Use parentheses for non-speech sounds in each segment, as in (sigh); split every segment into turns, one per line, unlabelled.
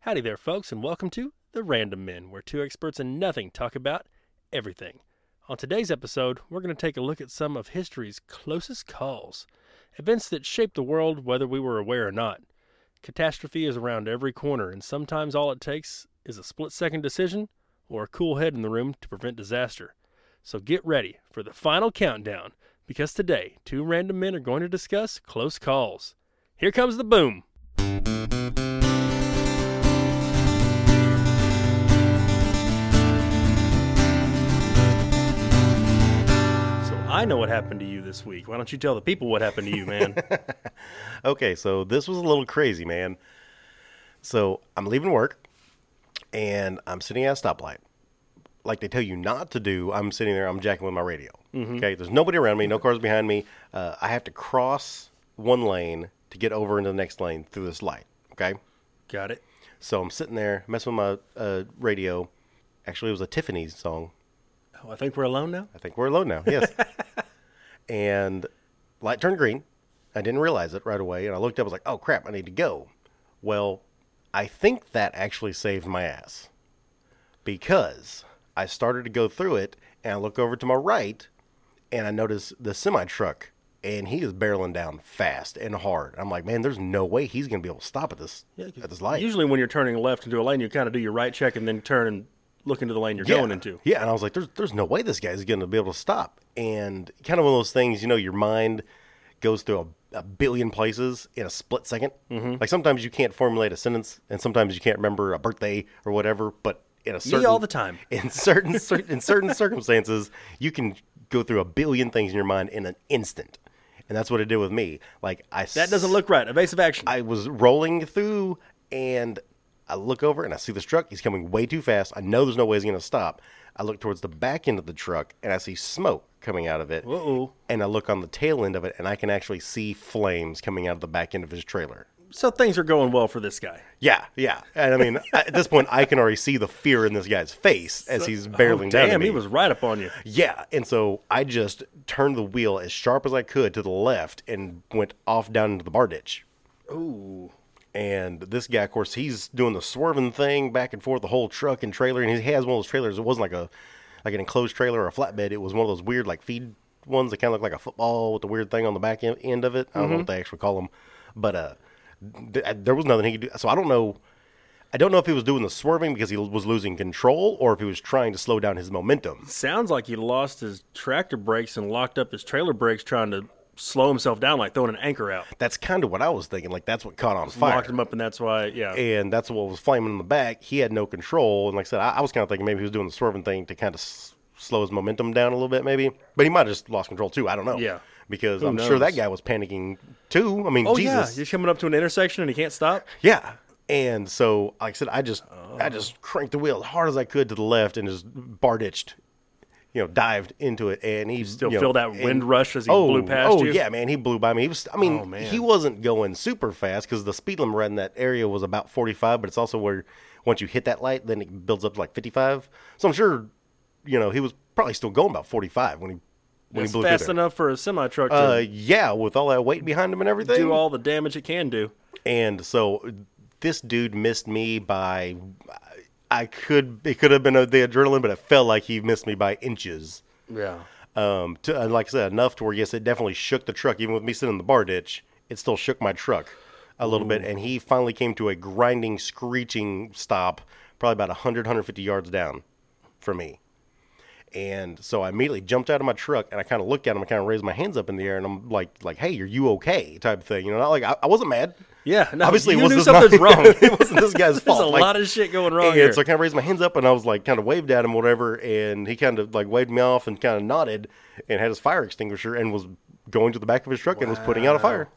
Howdy there, folks, and welcome to The Random Men, where two experts in nothing talk about everything. On today's episode, we're going to take a look at some of history's closest calls events that shaped the world whether we were aware or not. Catastrophe is around every corner, and sometimes all it takes is a split second decision or a cool head in the room to prevent disaster. So get ready for the final countdown because today, two random men are going to discuss close calls. Here comes the boom. So I know what happened to you this week. Why don't you tell the people what happened to you,
(laughs)
man?
Okay, so this was a little crazy, man. So I'm leaving work and I'm sitting at a stoplight. Like they tell you not to do, I'm sitting there, I'm jacking with my radio. Okay, there's nobody around me, no cars behind me. Uh, I have to cross one lane to get over into the next lane through this light. Okay,
Got it.
so I'm sitting there messing with my uh, radio. Actually, it was a Tiffany song.
Oh, I think we're alone now.
I think we're alone now. Yes. and light turned green. I didn't realize it right away. And I looked up, I was like, oh crap, I need to go. Well, I think that actually saved my ass because I started to go through it and I look over to my right and I notice the semi truck and he is barreling down fast and hard. I'm like, man, there's no way he's going to be able to stop at this, at this light.
Usually, when you're turning left into a lane, you kind of do your right check and then turn and look into the lane you're going into.
Yeah, and I was like, "There's there's no way this guy's going to be able to stop." And kind of one of those things, you know, your mind goes through a, a billion places in a split 2nd
Mm-hmm.
Like sometimes you can't formulate a sentence, and sometimes you can't remember a birthday or whatever. But in a certain
Me all the time.
(laughs) in certain cer- in certain circumstances, you can go through a billion things in your mind in an instant, and that's what it did with me. Like I
That doesn't look right. Evasive action.
I was rolling through and I look over and I see this truck. He's coming way too fast. I know there's no way he's going to stop. I look towards the back end of the truck and I see smoke coming out of it.
Uh-oh.
And I look on the tail end of it and I can actually see flames coming out of the back end of his trailer.
so things are going well for this guy.
Yeah, yeah. And I mean, (laughs) at this point, I can already see the fear in this guy's face as he's barreling
Oh,
down. at
damn,
me.
he was right up on you.
Yeah, and so I just turned the wheel as sharp as I could to the left and went off down into the bar ditch.
Ooh.
And this guy, of course, he's doing the swerving thing back and forth, the whole truck and trailer. And he has one of those trailers. It wasn't like a like an enclosed trailer or a flatbed. It was one of those weird like feed ones that kind of look like a football with the weird thing on the back end, end of it. I don't know what they actually call them, but uh, th- there was nothing he could do. So I don't know. I don't know if he was doing the swerving because he was losing control or if he was trying to slow down his momentum.
Sounds like he lost his tractor brakes and locked up his trailer brakes trying to slow himself down, like throwing an anchor out.
That's kind of what I was thinking. Like that's what caught on fire.
Locked him up, and that's why, yeah.
and that's what was flaming in the back. He had no control, and like I said, I, I was kind of thinking maybe he was doing the swerving thing to kind of s- slow his momentum down a little bit, maybe. But he might have just lost control too. I don't know.
Yeah.
because
Who
I'm sure that
knows?
guy was panicking too. I mean,
oh, yeah.
Jesus,
He's coming up to an intersection and he can't stop.
yeah. And so, like I said, I just I just cranked the wheel as hard as I could to the left and just bar ditched, you know, dived into it, and he
Still feel that wind rush as he blew past
oh,
you.
yeah, man, he blew by me. He was, I mean,
Oh, man.
he wasn't going super fast because the speed limit right in that area was about 45, but it's also where once you hit that light, then it builds up to like 55. So I'm sure, you know, he was probably still going about 45 when he when
It's
he blew
fast
through there.
enough for a semi truck to
Uh, yeah, with all that weight behind him and everything.
do all the damage it can do.
And so this dude missed me by I could it could have been the adrenaline, but it felt like he missed me by inches.
Yeah.
Um, to, and like I said, enough to where yes, it definitely shook the truck. Even with me sitting in the bar ditch, it still shook my truck a little bit. And he finally came to a grinding, screeching stop, probably about 100, 150 yards down from me. And so I immediately jumped out of my truck and I kind of looked at him. I kind of raised my hands up in the air and I'm like, like, hey, are you okay? Type of thing. You know, not like I, I wasn't mad.
Yeah. No,
Obviously,
you
it was
knew
this
something's
not,
wrong.
(laughs) it wasn't this guy's
(laughs) There's
fault.
a
Like,
lot of shit going wrong
and
here. (laughs)
so I kind of raised my hands up and I was like, kind of waved at him, whatever. And he kind of like waved me off and kind of nodded and had his fire extinguisher and was going to the back of his truck and was putting out a fire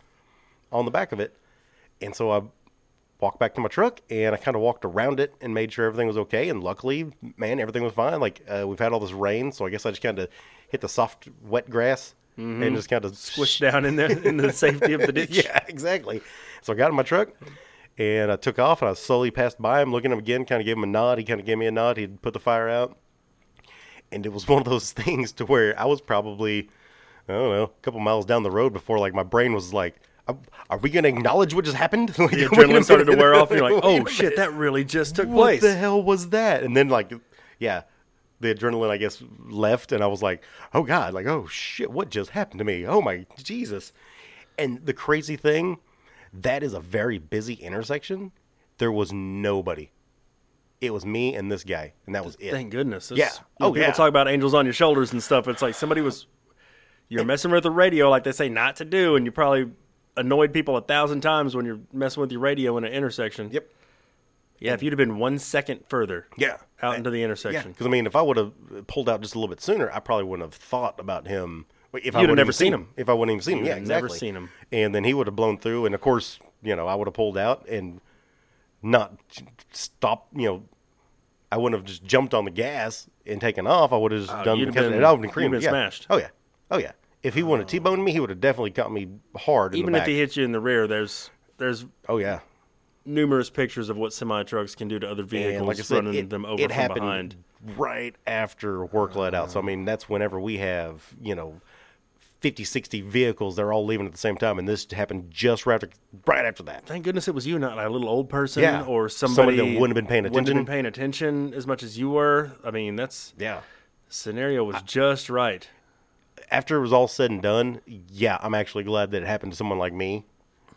on the back of it. And so I walked back to my truck and I kind of walked around it and made sure everything was okay. And luckily, man, everything was fine. Like uh, we've had all this rain, so I guess I just kind of hit the soft, wet grass
Mm-hmm.
and just kind of
Squished down in there in
(laughs)
the safety of the ditch.
yeah, exactly. So I got in my truck and I took off and I slowly passed by him, looking at him again, kind of gave him a nod. He kind of gave me a nod. He'd put the fire out. And it was (laughs) one of those things to where I was probably, I don't know, a couple miles down the road before like my brain was like, Are, are we going to acknowledge what just happened? (laughs) Like,
The
wait a
adrenaline started to
minute.
wear off, and you're like,
Wait a
oh shit, that really just took
what
place.
the hell was that? And then like, yeah, the adrenaline I guess left, and I was like, oh god, like oh shit, what just happened to me? Oh my Jesus! And the crazy thing, that is a very busy intersection. There was nobody. It was me and this guy, and that was it.
Thank goodness. This,
Yeah.
You know,
Oh,
people
yeah.
talk about angels on your shoulders and stuff. It's like somebody was, you're messing with the radio like they say not to do, and you probably annoyed people a thousand times when you're messing with your radio in an intersection.
Yep.
Yeah, if you'd have been one second further
Yeah.
out into the
Yeah,
intersection,
because I mean, if I would have pulled out just a little bit sooner, I probably wouldn't have thought about him. If I
You'd have
wouldn't
never
even
seen him.
If I wouldn't even seen him,
You'd
yeah,
have
exactly.
never seen him.
And then he would have blown through, and of course, you know, I would have pulled out and not stopped. You know, I wouldn't have just jumped on the gas and taken off. I would have just done
Oh, you'd have
because
been-
it all been
you'd have been
yeah.
smashed.
Oh yeah, oh yeah. If he wouldn't have t-boned me, he would have definitely caught me hard. In
even
the
if
back.
he hit you in the rear, there's there's
oh yeah.
numerous pictures of what semi trucks can do to other vehicles,
And like I said,
running
it,
them over
it
from
happened
behind.
right after work let out. So, I mean, that's whenever we have, you know, 50, 60 vehicles, they're all leaving at the same time. And this happened just right after, right after that.
Thank goodness it was you, not like a little old person
Yeah.
or somebody,
Somebody that wouldn't have been paying
wouldn't have been
attention.
paying attention as much as you were. I mean, that's
Yeah.
scenario was just right.
After it was all said and done, yeah, I'm actually glad that it happened to someone like me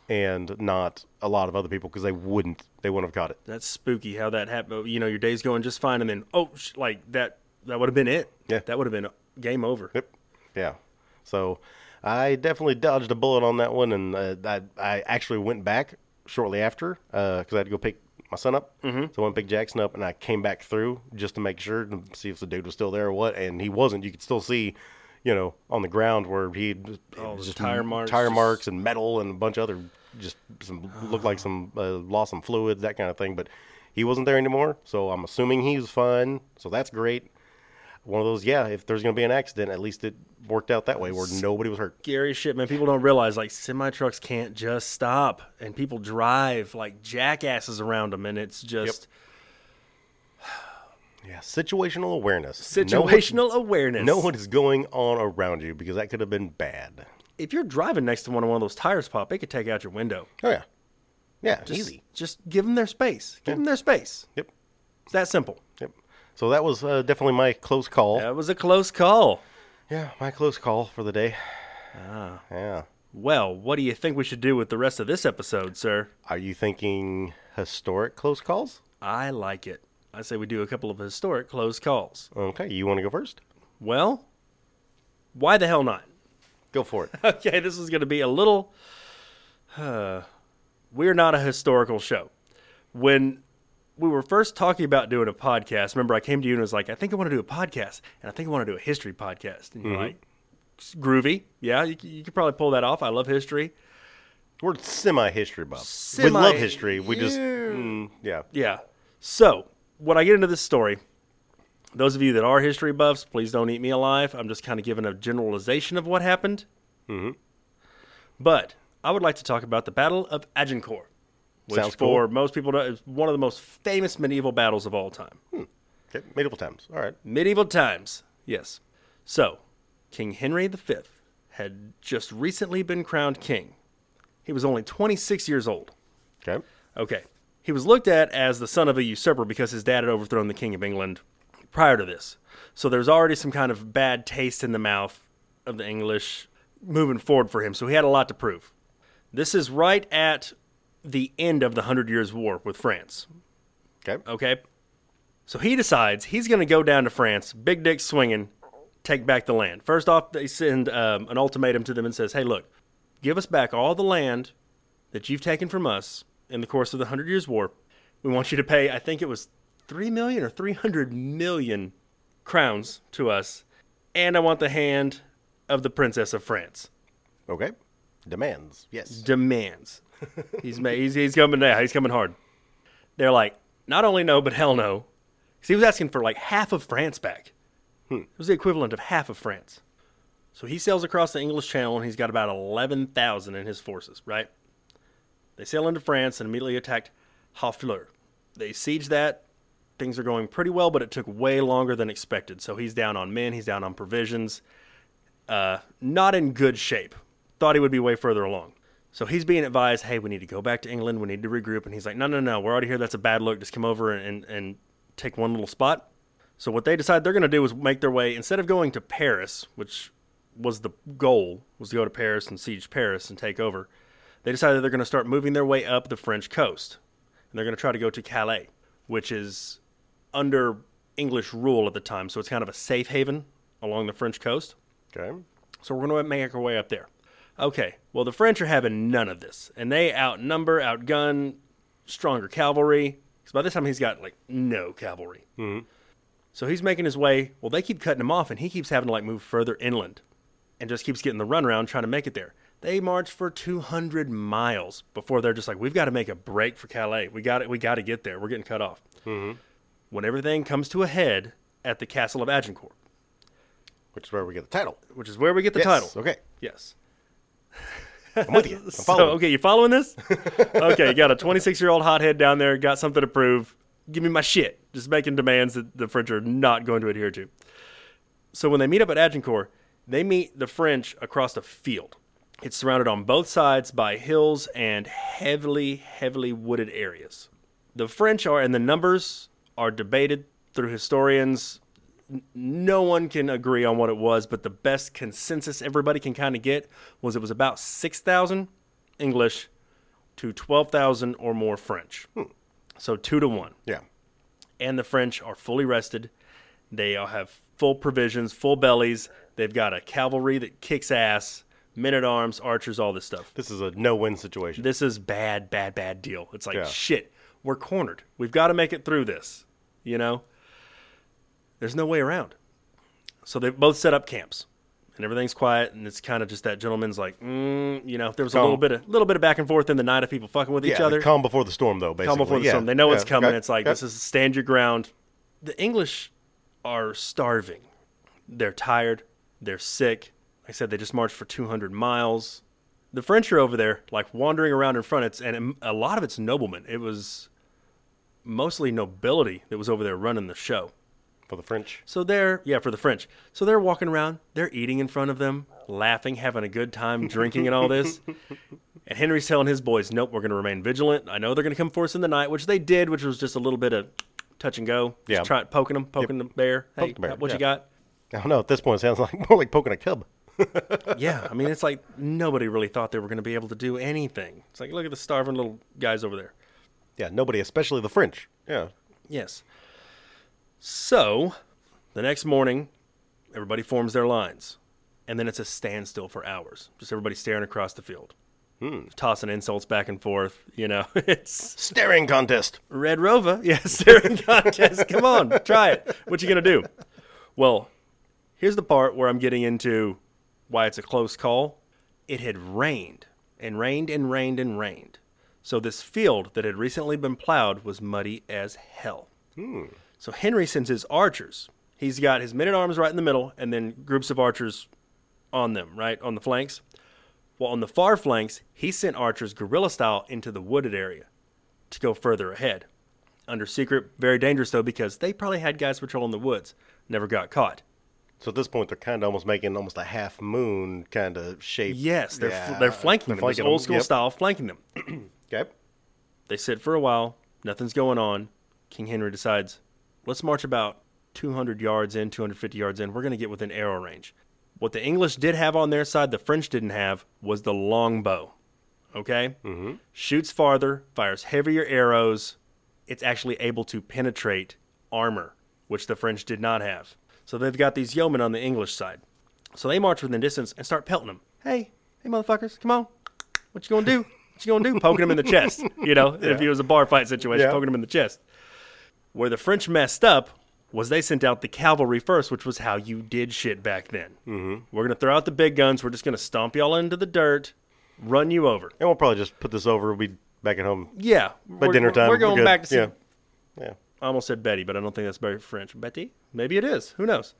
and not a lot of other people because they wouldn't, they wouldn't have caught it.
That's spooky how that happened. You know, your day's going just fine, and then oh, sh- like that that would have been it.
Yeah.
that would have been game over.
Yep. Yeah. So I definitely dodged a bullet on that one, and uh, I I actually went back shortly after because I had to go pick my son up. Mm-hmm. So I went and picked Jackson up, and I came back through just to make sure to see if the dude was still there or what, and he wasn't. You could still see. You know, on the ground where he had
All the
just
tire marks,
tire
just-
marks, and metal, and a bunch of other just some looked like some uh, lost some fluids, that kind of thing. But he wasn't there anymore, so I'm assuming he was fine. So that's great one of those. Yeah, if there's going to be an accident, at least it worked out that way where nobody was hurt.
Scary shit, man. People don't realize like semi trucks can't just stop, and people drive like jackasses around them, and it's just
Yeah, situational awareness. Know what-
situational awareness.
Know what is going on around you because that could have been bad.
if you're driving next to one and one of those tires pop, it could take out your window.
Oh yeah, yeah,
Just,
easy.
Just give them their space. Give them their space.
Yep,
It's that simple.
yep. So that was uh, definitely my close call.
That was a close call.
Yeah, my close call for the day. Ah, yeah.
Well, what do you think we should do with the rest of this episode, sir?
Are you thinking historic close calls?
I like it. I say we do a couple of historic close calls.
Okay, you want to go first?
Well, why the hell not?
Go
(laughs)
for it.
Okay, this is going to be a little. Uh, we're not a historical show. When we were first talking about doing a podcast, remember I came to you and was like, I think I want to do a podcast, and I think I want to do a history podcast. And you're like, groovy. Yeah, you, c- you could probably pull that off. I love history.
We're semi-history, Bob. we
Semi-
love history. We just, mm, yeah.
Yeah. So when I get into this story, those of you that are history buffs, please don't eat me alive. I'm just kind of giving a generalization of what happened. Mm-hmm. But I would like to talk about the Battle of Agincourt, which
Sounds cool.
for most people know is one of the most famous medieval battles of all time.
Okay, medieval times. All right.
Medieval times, yes. So, King Henry V had just recently been crowned king. He was only 26 years old.
Okay.
Okay. He was looked at as the son of a usurper because his dad had overthrown the King of England prior to this. So there's already some kind of bad taste in the mouth of the English moving forward for him. So he had a lot to prove. This is right at the end of the Hundred Years' War with France.
Okay.
Okay. So he decides he's going to go down to France, big dick swinging, take back the land. First off, they send um, an ultimatum to them and says, hey, look, give us back all the land that you've taken from us in the course of the Hundred Years' War. We want you to pay, I think it was 3 million or 300 million crowns to us. And I want the hand of the Princess of France.
Okay. Demands. Yes.
demands. he's, ma- he's he's coming now. He's coming hard. They're like, not only no, but hell no. 'Cause he was asking for like half of France back. It was the equivalent of half of France. So he sails across the English Channel and he's got about 11,000 in his forces, right? They sail into France and immediately attacked Harfleur. They siege that. Things are going pretty well, but it took way longer than expected. So he's down on men, he's down on provisions. Uh, not in good shape. Thought he would be way further along. So he's being advised, hey, we need to go back to England. We need to regroup. And he's like, no, no, no. We're already here. That's a bad look. Just come over and, and, and take one little spot. So what they decide they're going to do is make their way, instead of going to Paris, which was the goal, was to go to Paris and siege Paris and take over, they decided they're going to start moving their way up the French coast. And they're going to try to go to Calais, which is under English rule at the time. So it's kind of a safe haven along the French coast.
Okay.
So we're going to make our way up there. Okay, well, the French are having none of this, and they outnumber, outgun, stronger cavalry. Because by this time, he's got like no cavalry.
Mhm.
So he's making his way. Well, they keep cutting him off, and he keeps having to like move further inland and just keeps getting the runaround trying to make it there. They march for 200 miles before they're just like, we've got to make a break for Calais. We got it. We got to get there. We're getting cut off. When everything comes to a head at the castle of Agincourt,
Which is where we get the title.
which is where we get the
Yes,
title.
Okay.
Yes. (laughs)
I'm with you. I'm
So,
following.
okay, you following this? (laughs) okay, you got a 26 year old hothead down there, got something to prove. Give me my shit. Just making demands that the French are not going to adhere to. So when they meet up at Agincourt, they meet the French across a field. It's surrounded on both sides by hills and heavily, heavily wooded areas. The French are, and the numbers are debated through historians. N- No one can agree on what it was, but the best consensus everybody can kind of get was it was about 6,000 English to 12,000 or more French. So two to one
Yeah.
and the French are fully rested. They all have full provisions, full bellies. They've got a cavalry that kicks ass, men at arms, archers, all this stuff.
This is a no win situation.
This is bad, bad, bad deal. It's like
Yeah.
shit. We're cornered. We've got to make it through this. You know, there's no way around. So they both set up camps, and everything's quiet. And it's kind of just that gentleman's like, mm, you know, if there was a
Calm.
little bit of little bit of back and forth in the night of people fucking with
yeah,
each
the
other
Calm before the storm, though, basically.
come before the
yeah.
storm. They know
yeah.
it's coming.
Okay.
It's like
Okay.
this is stand your ground. The English are starving. They're tired. They're sick. Like I said, they just marched for 200 miles. The French are over there, like wandering around in front. It's and a lot of it's noblemen. It was mostly nobility that was over there running the show.
for the French.
So they're yeah for the French. So they're walking around, they're eating in front of them, laughing, having a good time, drinking and all
(laughs)
this. And Henry's telling his boys, "Nope, we're going to remain vigilant. I know they're going to come for us in the night," which they did, which was just a little bit of touch and go. Just
Yeah.
try poking them, poking the bear. Hey,
Poke the bear,
what you
yeah.
got?
(laughs) I don't know. At this point, it sounds (laughs) like more like poking a cub.
yeah, I mean, it's like nobody really thought they were going to be able to do anything. It's like look at the starving little guys over there.
Yeah, nobody, especially the French. Yeah.
Yes. So, the next morning, everybody forms their lines, and then it's a standstill for hours. Just everybody staring across the field, tossing insults back and forth. You know, (laughs) it's
Staring contest.
Red Rover. (laughs) Yes, staring contest. Come on, try it. What you gonna do? Well, here's the part where I'm getting into why it's a close call. It had rained and rained and rained and rained. So this field that had recently been plowed was muddy as hell. So Henry sends his archers. He's got his men at arms right in the middle, and then groups of archers on them, right on the flanks. While on the far flanks, he sent archers guerrilla style into the wooded area to go further ahead. Under secret, very dangerous though, because they probably had guys patrolling the woods, never got caught.
So at this point, they're kind of almost making almost a half moon kind of shape.
Yes, they're,
Yeah,
they're flanking them, this
flanking
old school
Yep.
style, flanking them.
Okay.
They sit for a while, nothing's going on. King Henry decides, let's march about 200 yards in, 250 yards in. We're going to get within arrow range. What the English did have on their side, the French didn't have, was the longbow. Okay? Mm-hmm. Shoots farther, fires heavier arrows. It's actually able to penetrate armor, which the French did not have. So they've got these yeomen on the English side. So they march within distance and start pelting them. Hey, hey, motherfuckers, come on. What you gonna do? What you gonna do? Poking him in the chest. You know, if it was a bar fight situation,
Yeah.
poking him in the chest. Where the French messed up was they sent out the cavalry first, which was how you did shit back then. Mm-hmm. We're gonna throw out the big guns. We're just gonna stomp y'all into the dirt, run you over.
And we'll probably just put this over. We'll be back at home
Yeah,
by
we're-
dinner time.
We're going
good.
back to see
Yeah. Yeah.
I almost said Betty, but I don't think that's very French. Betty? Maybe it is. Who knows?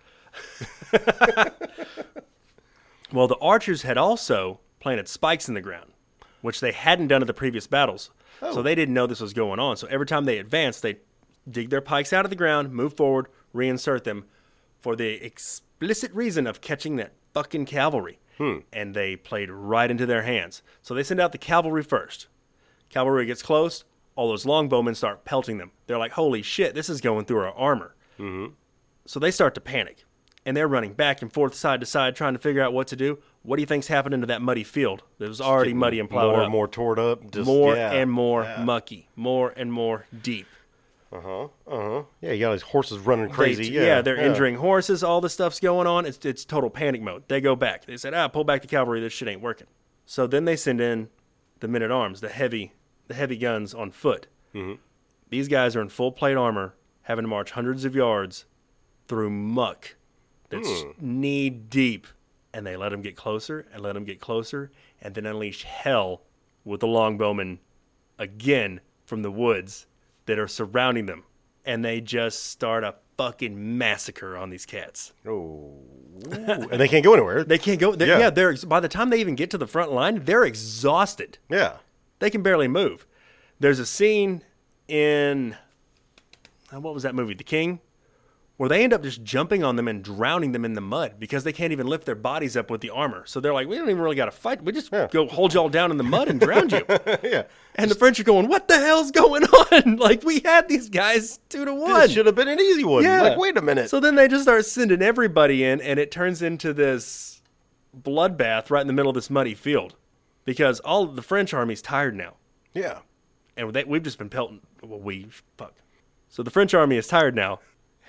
well, the archers had also planted spikes in the ground, which they hadn't done at the previous battles. So they didn't know this was going on. So every time they advanced, they dig their pikes out of the ground, move forward, reinsert them for the explicit reason of catching that fucking cavalry. and they played right into their hands. So they send out the cavalry first. Cavalry gets close, all those longbowmen start pelting them. They're like, holy shit, this is going through our armor. Mm-hmm. So they start to panic, and they're running back and forth, side to side, trying to figure out what to do. What do you think's happening to that muddy field that was already muddy and plowed
more
up?
and more torn up. Just,
more
yeah.
and more mucky, more and more deep.
Yeah, you got all these horses running
They-
crazy. yeah,
they're injuring horses. All this stuff's going on. It's it's total panic mode. They go back. They said, "Ah, pull back the cavalry. This shit ain't working." So then they send in the men at arms, the heavy, the heavy guns on foot. These guys are in full plate armor, having to march hundreds of yards through muck that's knee deep, and they let them get closer and let them get closer, and then unleash hell with the longbowmen again from the woods that are surrounding them, and they just start a fucking massacre on these cats. (laughs)
Ooh, Oh. and they can't go anywhere.
They can't go. They're, yeah.
Yeah.
they're ex- by the time they even get to the front line, they're exhausted.
yeah,
They can barely move. There's a scene in uh, what was that movie, The King, where they end up just jumping on them and drowning them in the mud because they can't even lift their bodies up with the armor. So they're like, we don't even really got to fight. We just
Yeah.
go hold y'all down in the mud and drown
(laughs)
you.
yeah.
And the French are going, what the hell's going on? (laughs) Like we had these guys two to one.
This should have been an easy one.
Yeah.
Like, wait a minute.
So then they just start sending everybody in, and it turns into this bloodbath right in the middle of this muddy field because all the French army's tired now,
yeah,
and they, we've just been pelting. Well, we fuck. So the French army is tired now,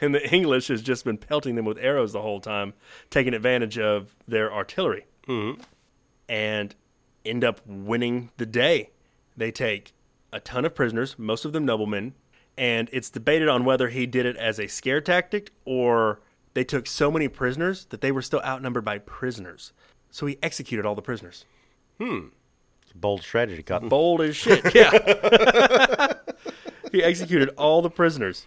and the English has just been pelting them with arrows the whole time, taking advantage of their artillery, mm-hmm. and end up winning the day. They take a ton of prisoners, most of them noblemen, and it's debated on whether he did it as a scare tactic or they took so many prisoners that they were still outnumbered by prisoners. So he executed all the prisoners
it's a bold strategy, Cotton.
bold as shit. Yeah. (laughs) he executed all the prisoners.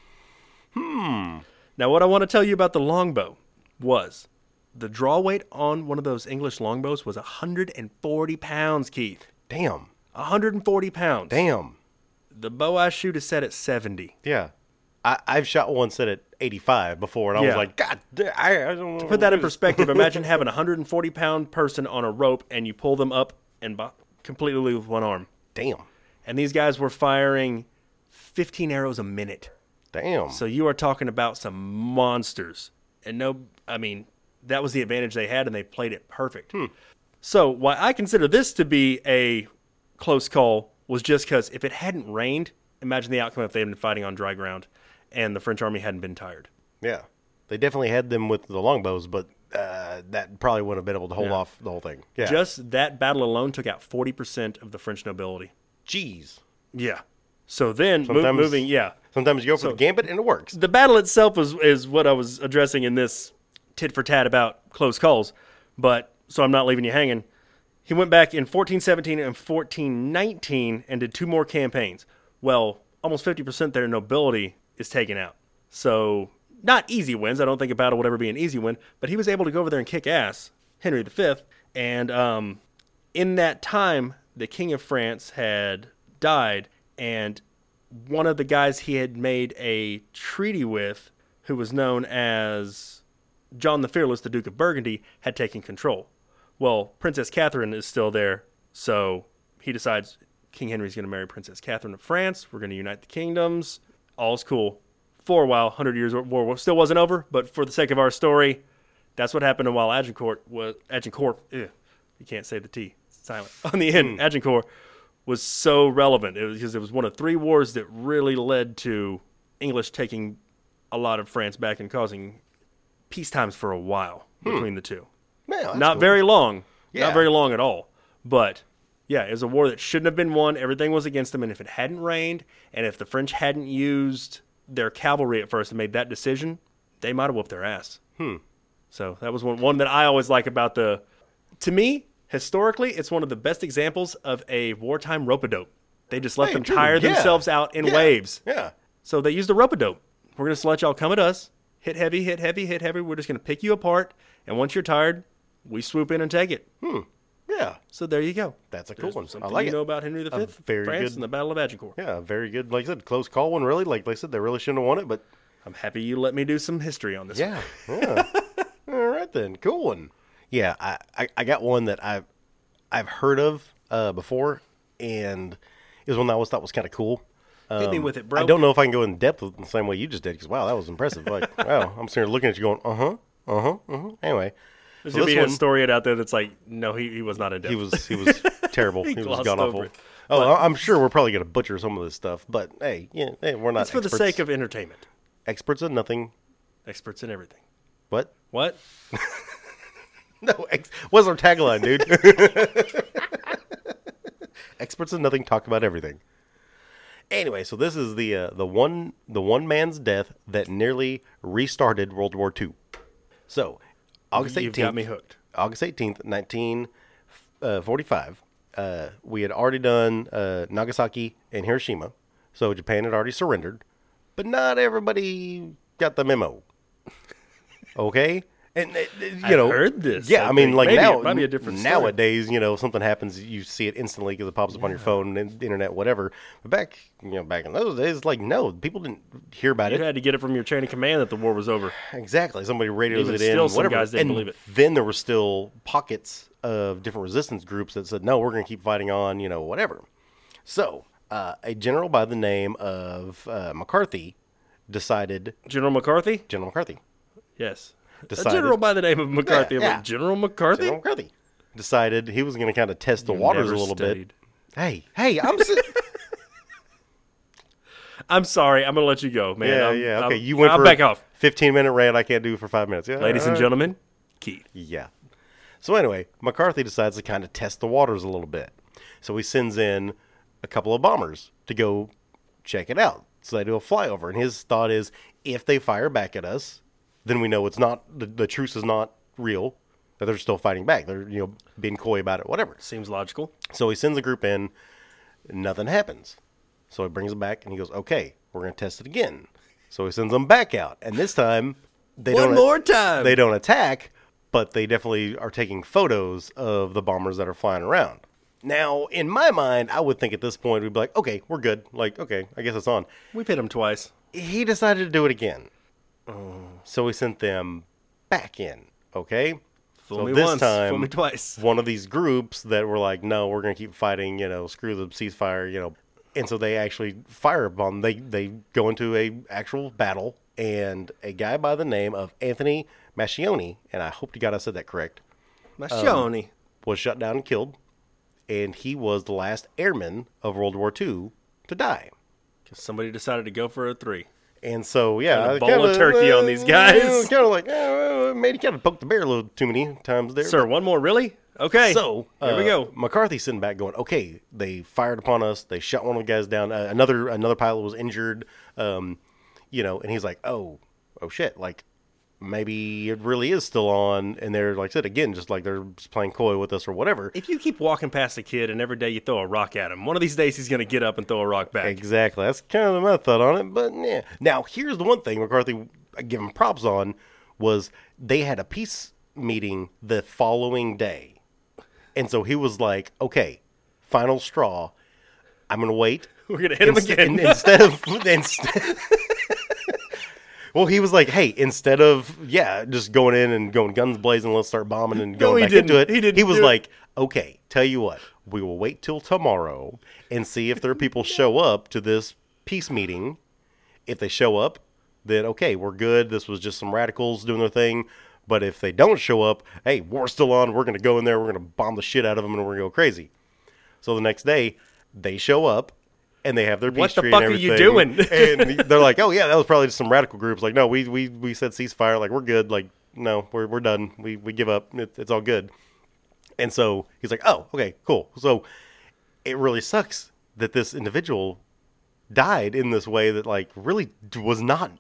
Hmm. Now, what I want to tell you about the longbow was the draw weight on one of those English longbows was 140 pounds, Keith.
Damn,
140 pounds.
damn.
The bow I shoot is set at 70.
Yeah, I, I've shot one set at 85 before, and I
Yeah.
was like, God, da- I, I don't know.
Put that in perspective. Imagine having a 140 pound person on a rope and you pull them up and bo- completely with one arm.
Damn,
And these guys were firing 15 arrows a minute.
damn.
So you are talking about some monsters. And no, I mean, that was the advantage they had, and they played it perfect.
Hmm.
So why I consider this to be a close call was just because if it hadn't rained, imagine the outcome if they had been fighting on dry ground and the French army hadn't been tired.
yeah, they definitely had them with the longbows, but uh, that probably wouldn't have been able to hold off the whole thing. Yeah,
Just that battle alone took out 40% of the French nobility.
jeez.
Yeah. So then mo-
Sometimes-
moving, yeah.
Sometimes you go for the gambit and it works.
the battle itself was is what I was addressing in this tit for tat about close calls, but so I'm not leaving you hanging. He went back in 1417 and 1419 and did two more campaigns. Well, almost 50% their nobility is taken out. So, not easy wins. I don't think a battle would ever be an easy win, but he was able to go over there and kick ass, Henry V. And um, in that time, the King of France had died, and one of the guys he had made a treaty with, who was known as John the Fearless, the Duke of Burgundy, had taken control. Well, Princess Catherine is still there, so he decides King Henry's going to marry Princess Catherine of France. We're going to unite the kingdoms. All's cool. For a while, Hundred Years' War still wasn't over, but for the sake of our story, that's what happened while Agincourt was Agincourt. Ugh, you can't say the T. It's silent (laughs) on the
Hmm.
end. Agincourt was so relevant. It was because it was one of three wars that really led to English taking a lot of France back and causing peace times for a while between the two.
Man, Hmm. that's
Not
cool.
very long.
Yeah.
Not very long at all. But yeah, it was a war that shouldn't have been won. Everything was against them. And if it hadn't rained, and if the French hadn't used their cavalry at first and made that decision, they might have whooped their ass. Hmm. So that was one, one that I always like about the. To me, historically, it's one of the best examples of a wartime rope a dope. They just let
Hey,
them
true.
tire
Yeah.
themselves out in
Yeah.
waves.
Yeah.
So they used the rope a dope. We're going to let y'all come at us, hit heavy, hit heavy, hit heavy. We're just going to pick you apart. And once you're tired, we swoop in and take it.
Yeah.
So there you go.
Hmm. That's a cool
There's
one. I
Something
like
you
it.
know about Henry V,
very
France,
good-
and the Battle of Agincourt.
Yeah, very good. Like I said, close call one, really. Like, I said, they really shouldn't have won it, but
I'm happy you let me do some history on this. one.
yeah. yeah. All right, then. Cool one. Yeah, I, I, I got one that I've I've heard of uh, before, and it was one that I always thought was kind of cool.
Hit me
Um,
with it, bro.
I don't know if I can go in depth with it the same way you just did because wow, that was impressive. Like wow, I'm sitting here looking at you going, uh huh, uh huh, uh huh. Anyway,
There's
so
gonna
this
be a
one
historian out there that's like, no, he, he was not in depth.
he was he was
(laughs)
terrible. he was
glossed
god
over
awful.
it.
Oh, I- I'm sure we're probably gonna butcher some of this stuff, but hey, yeah, hey, we're not
it's for the sake of entertainment.
experts in nothing.
Experts in everything.
What?
What?
(laughs) No, ex- what's our tagline, dude?
(laughs)
Experts in nothing talk about everything. Anyway, so this is the uh, the one the one man's death that nearly restarted World War II. So, August
You've got me
eighteenth,
hooked.
August eighteenth, nineteen forty-five. Uh, we had already done uh, Nagasaki and Hiroshima, so Japan had already surrendered, but not everybody got the memo. Okay, and uh, uh, you
I've
know,
heard this,
Yeah,
I
I, mean,
think.
like
Maybe
now,
it might be a different story.
nowadays. You know, if something happens, you see it instantly because it pops up on your phone and internet, whatever. But back, you know, back in those days, like no, people didn't hear about
You
it.
had to get it from your chain of command that the war was over.
Exactly. Somebody radios
Even
it
still,
in.
some
whatever.
guys didn't
and
believe it.
Then there were still pockets of different resistance groups that said, "No, we're going to keep fighting on." You know, whatever. So, uh, a general by the name of uh, McCarthy decided.
General McCarthy?
General McCarthy.
Yes.
Decided-
A general by the name of McCarthy. I'm like,
yeah.
General McCarthy?
General McCarthy decided he was going to kind of test the waters
never
a little
studied.
bit. Hey, hey, I'm.
(laughs)
Si-
I'm sorry. I'm going to let you go, man.
yeah,
I'm,
yeah.
I'm-
Okay, you went
I'll
for
back off.
Fifteen minute rant. I can't do for five minutes. Yeah,
Ladies and
all right.
gentlemen, Keith.
Yeah. So anyway, McCarthy decides to kind of test the waters a little bit. So he sends in a couple of bombers to go check it out. So they do a flyover, and his thought is, if they fire back at us, then we know it's not the, the truce is not real. That they're still fighting back. They're you know being coy about it, whatever.
Seems logical.
So he sends a group in, nothing happens. So he brings them back and he goes, Okay, we're gonna test it again. So he sends them back out, and this time they
One
don't
more time.
They don't attack, but they definitely are taking photos of the bombers that are flying around. Now, in my mind, I would think at this point we'd be like, Okay, we're good. Like, okay, I guess it's on.
We've hit him twice.
He decided to do it again.
Oh.
So he sent them back in. Okay.
Fool
so
me
this
once,
time
fool me twice.
one of these groups that were like, no, we're going to keep fighting, you know, screw the ceasefire, you know. And so they actually fire upon they they go into a actual battle and a guy by the name of Anthony Mascioni, and I hope to God I said that correct, Um,
Mascioni.
was shut down and killed, and he was the last airman of World War II to die.
Because somebody decided to go for a three.
And so, yeah,
a bowl of turkey on
(laughs)
these guys.
Kind of like, eh, maybe kind of poked the bear a little too many times there.
Sir, one more, really? Okay.
So
here we
uh,
go.
McCarthy sitting back, going, "Okay, they fired upon us. They shot one of the guys down. Uh, another another pilot was injured. Um, you know." And he's like, "Oh, oh shit! Like maybe it really is still on." And they're like I said again, just like they're just playing coy with us or whatever.
If you keep walking past a kid and every day you throw a rock at him, one of these days he's going to get up and throw a rock back.
Exactly. That's kind of my thought on it. But yeah. Now here's the one thing McCarthy I give him props on was they had a peace meeting the following day. And so he was like, Okay, final straw. I'm gonna wait.
We're going to (laughs) hit him
Inst-
again.
in- instead of (laughs) instead Well, he was like, "Hey, instead of yeah, just going in and going guns blazing, let's start bombing and going
he
back
didn't.
into it."
He didn't
He was
do it.
like, "Okay, tell you what, we will wait till tomorrow and see if their people show up to this peace meeting. If they show up, then okay, we're good. This was just some radicals doing their thing." But if they don't show up, hey, war's still on. We're going to go in there. We're going to bomb the shit out of them and we're going to go crazy. So the next day, they show up and they have their peace
What the
tree
fuck
and
are you
everything.
(laughs)
(laughs) and they're like, "Oh yeah, that was probably just some radical groups." Like, no, we we we said ceasefire. Like, we're good. Like, no, we're we're done. We we give up. It, it's all good. And so he's like, "Oh, okay, cool." So it really sucks that this individual died in this way that like really d- was not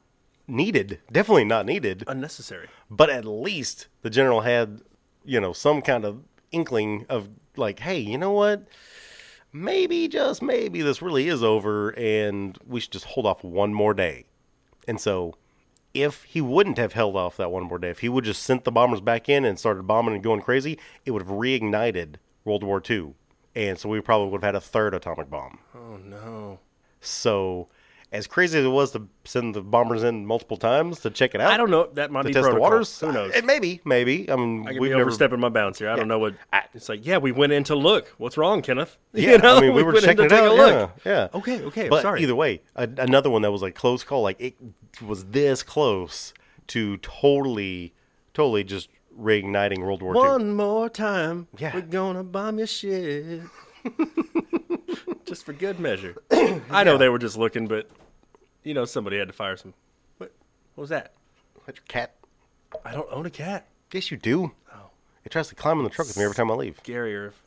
needed. Definitely not needed
Unnecessary.
but at least the general had you know some kind of inkling of like hey you know what maybe just maybe this really is over and we should just hold off one more day and so if he wouldn't have held off that one more day if he would just sent the bombers back in and started bombing and going crazy it would have reignited world war ii and so we probably would have had a third atomic bomb
Oh, no.
so As crazy as it was to send the bombers in multiple times to check it out,
I don't know. That might
to
be
test the
protocol.
waters. Uh,
Who knows?
It maybe, maybe. I mean,
I could
we've
be
never.
overstepping my bounds here. I don't know what.
I-
it's like, yeah, we went in to look. What's wrong, Kenneth? (laughs)
Yeah,
you know,
I mean, we, were
went in
checking
to
it
take
out.
a look.
Yeah, yeah.
Okay, okay. I'm
But
sorry.
either way, a, another one that was a close call. Like it was this close to totally, totally just reigniting World War II.
One more time.
Yeah.
We're gonna bomb your
(laughs)
shit. just for good
(clears throat)
measure. I know they were just looking, but you know somebody had to fire some. What? What was that?
That's your cat.
I don't own a cat.
Yes, you do. Oh. It tries to climb in the truck with me every time I leave.
Gary Irv.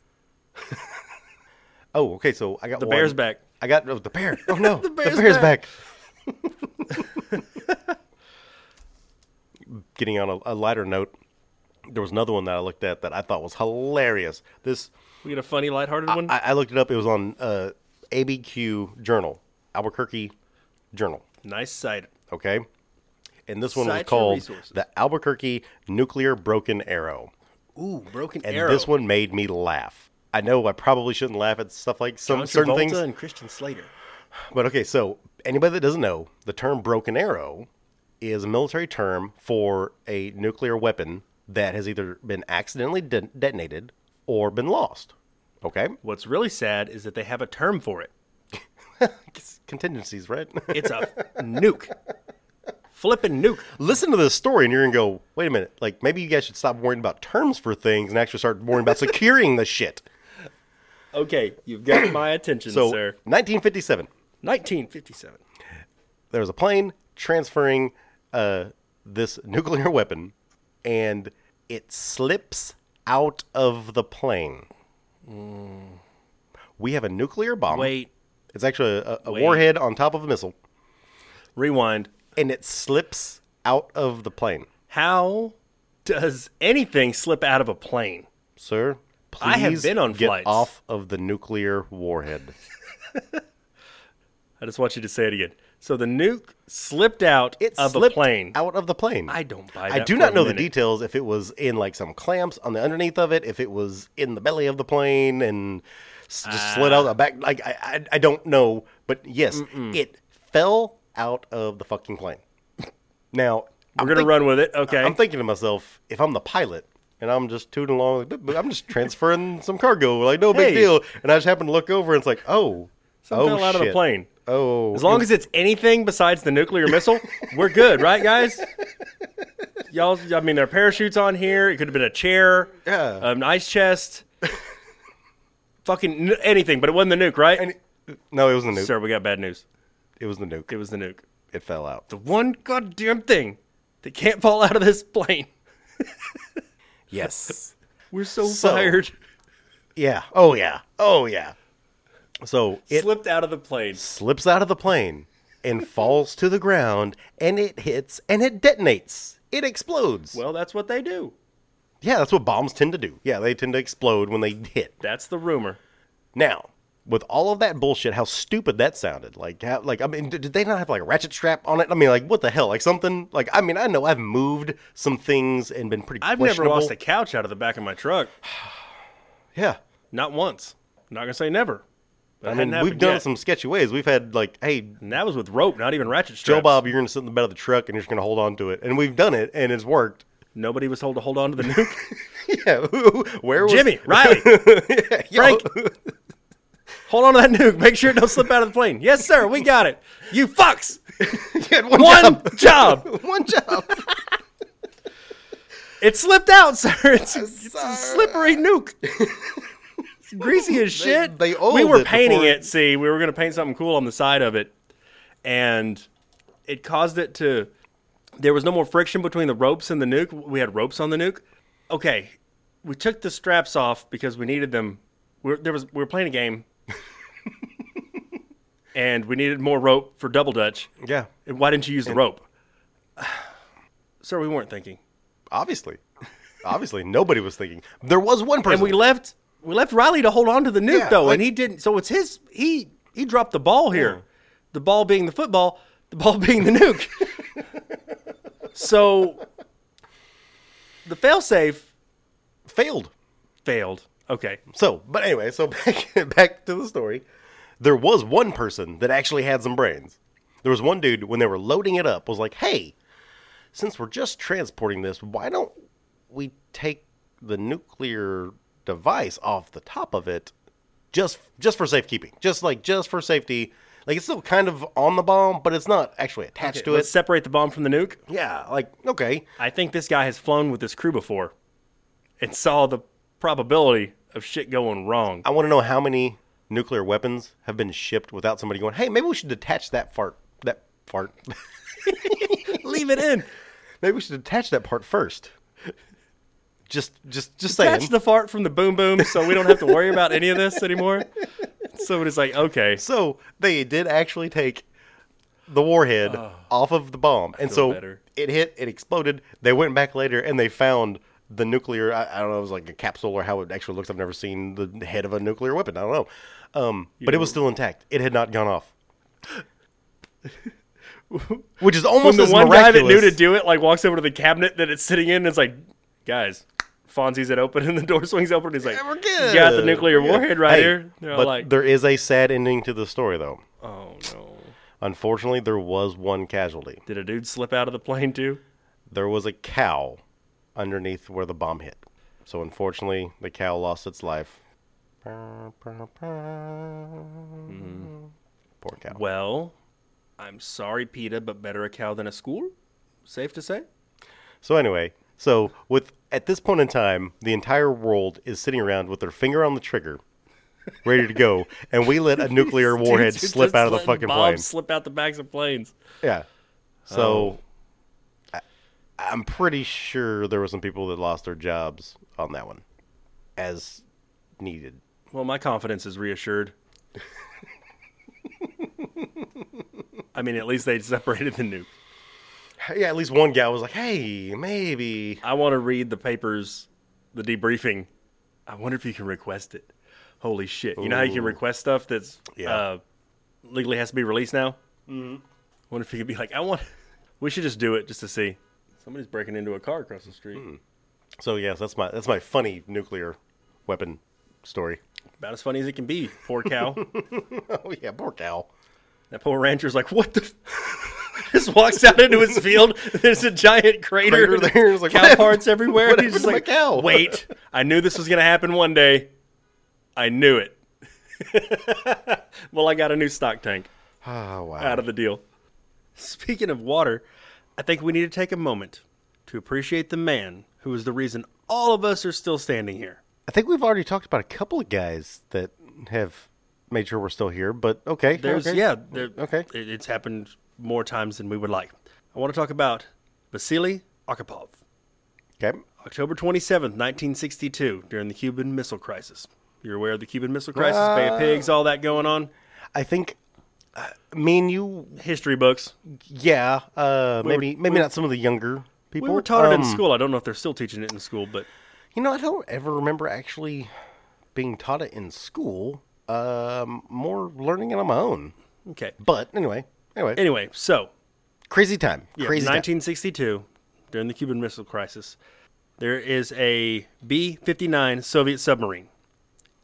Oh, okay. So I got
The
one.
bear's back.
I got oh, the
(laughs)
bear. Oh no, the
bear's
bear's,
back.
back. (laughs) Getting on a, a lighter note, there was another one that I looked at that I thought was hilarious. This
We get a funny, lighthearted one.
I, I looked it up. It was on uh, ABQ Journal, Albuquerque Journal.
nice sight.
Okay, and this one
Cite your
was called
resources.
the Albuquerque Nuclear Broken Arrow.
Ooh, broken
and
arrow.
this one made me laugh. I know I probably shouldn't laugh at stuff like some
John
certain
Travolta
things,
and Christian Slater.
but okay. So anybody that doesn't know, the term "broken arrow" is a military term for a nuclear weapon that has either been accidentally de- detonated or been lost. Okay,
What's really sad is that they have a term for it.
It's contingencies, right? (laughs)
It's a nuke. Flippin' nuke.
Listen to this story, and you're gonna go, "Wait a minute! Like maybe you guys should stop worrying about terms for things and actually start worrying about securing the shit."
Okay, you've got my attention,
So,
sir.
1957.
1957.
there was a plane transferring uh, this nuclear weapon, and it slips out of the plane. We have a nuclear bomb.
Hmm. Wait,
It's actually a, a
Wait.
warhead on top of a missile,
rewind.
and it slips out of the plane.
How does anything slip out of a plane?
Sir, please
I have been on
get
flights.
off of the nuclear warhead.
I just want you to say it again. So the nuke slipped out
It
of a
slipped
plane.
out of the plane.
I don't buy
I
that
do
for a
not know the
minute.
details if it was in like some clamps on the underneath of it, if it was in the belly of the plane and s- just slid
Ah.
out the back. Like I, I, I don't know, but yes, it fell out of the fucking plane. Now
We're gonna run with it. Okay.
I'm thinking to myself, if I'm the pilot and I'm just tooting along, like, "But- but I'm just transferring some cargo, like no
Hey.
big deal, and I just happen to look over and it's like, oh,
Something
oh,
fell out of the
shit.
plane.
Oh,
As long as it's anything besides the nuclear missile, we're good, right, guys? Y'all, I mean, there are parachutes on here. It could have been a chair,
Yeah.
an ice chest, fucking n- anything, but it wasn't the nuke, right?
no, it was the nuke.
Sir, we got bad news.
It was the nuke.
It was the nuke.
It fell out.
The one goddamn thing that can't fall out of this plane.
Yes.
We're so,
So-
fired.
Yeah. Oh yeah. Oh yeah. So it
Slipped out of the plane.
slips out of the plane and falls to the ground and it hits and it detonates. It explodes.
Well, that's what they do.
yeah, that's what bombs tend to do. Yeah, they tend to explode when they hit.
That's the rumor.
Now, with all of that bullshit, how stupid that sounded. Like how like I mean, did, did they not have like a ratchet strap on it? I mean, like what the hell? Like something like I mean, I know I've moved some things and been pretty
I've never lost a
questionable.
couch out of the back of my truck.
Yeah.
Not once. Not gonna say never. But
I
it
mean,
hadn't
we've
happened
done
yet.
it some sketchy ways. We've had like, hey,
And that was with rope, not even ratchet straps.
Joe Bob, you're going to sit in the bed of the truck and you're just going to hold on to it. And we've done it and it's worked.
Nobody was told to hold on to the nuke.
(laughs) Yeah. who- Where was
Jimmy, Riley,
(laughs) Yo,
Frank, hold on to that nuke. Make sure it don't slip out of the plane. Yes, sir. We got it. You
(laughs)
fucks.
(laughs) you had one,
One
job. (laughs)
job.
one job.
It slipped out, (laughs) sir. It's, it's a
sorry.
slippery
(laughs)
nuke. It's greasy as shit.
they
we
oiled
were
it
painting
before-
it. See, we were going to paint something cool on the side of it, and it caused it to. There was no more friction between the ropes and the nuke. We had ropes on the nuke. Okay, we took the straps off because we needed them. We're, there was we were playing a
(laughs)
game, and we needed more rope for double dutch.
(laughs) yeah.
And why didn't you use the rope, (sighs) sir? We weren't thinking.
Obviously. Obviously, nobody was thinking. There was one person.
and we left we left Riley to hold on to the nuke
Yeah,
though,
like-
and he didn't. So it's his he he dropped the ball here, the ball being the football, the ball (laughs) being the nuke. so the failsafe
failed.
failed. Okay,
So, (laughs) but anyway, so back, back to the story. There was one person that actually had some brains. There was one dude when they were loading it up was like, "Hey, since we're just transporting this, why don't we take the nuclear device off the top of it just just for safekeeping? Just like just for safety. Like it's still kind of on the bomb, but it's not actually attached to
Let's
it.
separate the bomb from the nuke.
Yeah, like okay.
I think this guy has flown with this crew before and saw the probability of shit going wrong.
I want to know how many nuclear weapons have been shipped without somebody going, "Hey, maybe we should detach that fart that fart. (laughs)
Leave it in.
maybe we should detach that part first. Just just just saying.
Catch the fart from the boom boom so we don't have to worry about any of this anymore. So it's like, okay,
So they did actually take the warhead off of the bomb, and so
better.
it hit, it exploded. They went back later and they found the nuclear. I, I don't know, it was like a capsule or how it actually looks. I've never seen the head of a nuclear weapon. I don't know, um, but it was still intact. It had not
(laughs)
gone off, which is
when
almost
the
as
one guy that
miraculous.
knew to do it like walks over to the cabinet that it's sitting in and it's like guys fonzie's it open (laughs) and the door swings open and he's like
(laughs) we're
you got the
good."
nuclear warhead right
Hey,
here they're all
but
like
there is a sad ending to the story, though.
oh no
Unfortunately, there was one casualty.
did a dude slip out of the plane too
there was a cow underneath where the bomb hit. So unfortunately, the cow lost its life.
Mm-hmm.
Poor cow.
well i'm sorry peta but better a cow than a school safe to say
So anyway, so with at this point in time, the entire world is sitting around with their finger on the trigger, ready to
(laughs)
go, and we let a nuclear (laughs) warhead
Dudes are
slip
just
out of the
letting
fucking
bombs Oh.
plane.
slip out the backs of planes
Yeah. So I, I'm pretty sure there were some people that lost their jobs on that one, as needed.
well my confidence is reassured (laughs) i mean at least they separated the nuke
Yeah, at least one guy was like, "Hey, maybe."
I want to read the papers, the debriefing. I wonder if you can request it. Holy shit! You know how you can request stuff that's
Yeah.
uh, legally has to be released now. Mm-hmm. I wonder if you could be like, I want. We should just do it just to see. Hmm. Somebody's breaking into a car across the street.
So yes, that's my that's my funny nuclear weapon story. (laughs)
About as funny as it can be. Poor cow.
oh yeah, poor cow. (sighs)
that poor rancher's like, what the. f-" (laughs) Just walks out into his field. (laughs) There's a giant crater.
Crater there. He's like,
cow
"What happened-
parts everywhere.
what
He's just like,
happened to my cow?" (laughs)
wait, I knew this was going to happen one day. I knew it. (laughs) well, I got a new stock tank
Oh wow.
out of the deal. Speaking of water, I think we need to take a moment to appreciate the man who is the reason all of us are still standing here.
I think we've already talked about a couple of guys that have made sure we're still here, but okay.
There's
okay.
yeah, there,
Okay.
it- it's happened more times than we would like. I want to talk about Vasily Arkhipov.
Okay.
October 27th, 1962, during the Cuban Missile Crisis. You're aware of the Cuban Missile Crisis, Bay of Pigs, all that going on?
I think uh, me and you.
History books.
Yeah. Uh, maybe maybe not some of the younger people.
We were taught it in
Um,
school. I don't know if they're still teaching it in school, but
You know, I don't ever remember actually being taught it in school. Um, more learning it on my own.
okay.
But anyway, anyway,
Anyway, so
crazy time,
yeah,
crazy time.
1962, during the Cuban Missile Crisis, there is a B 59 Soviet submarine.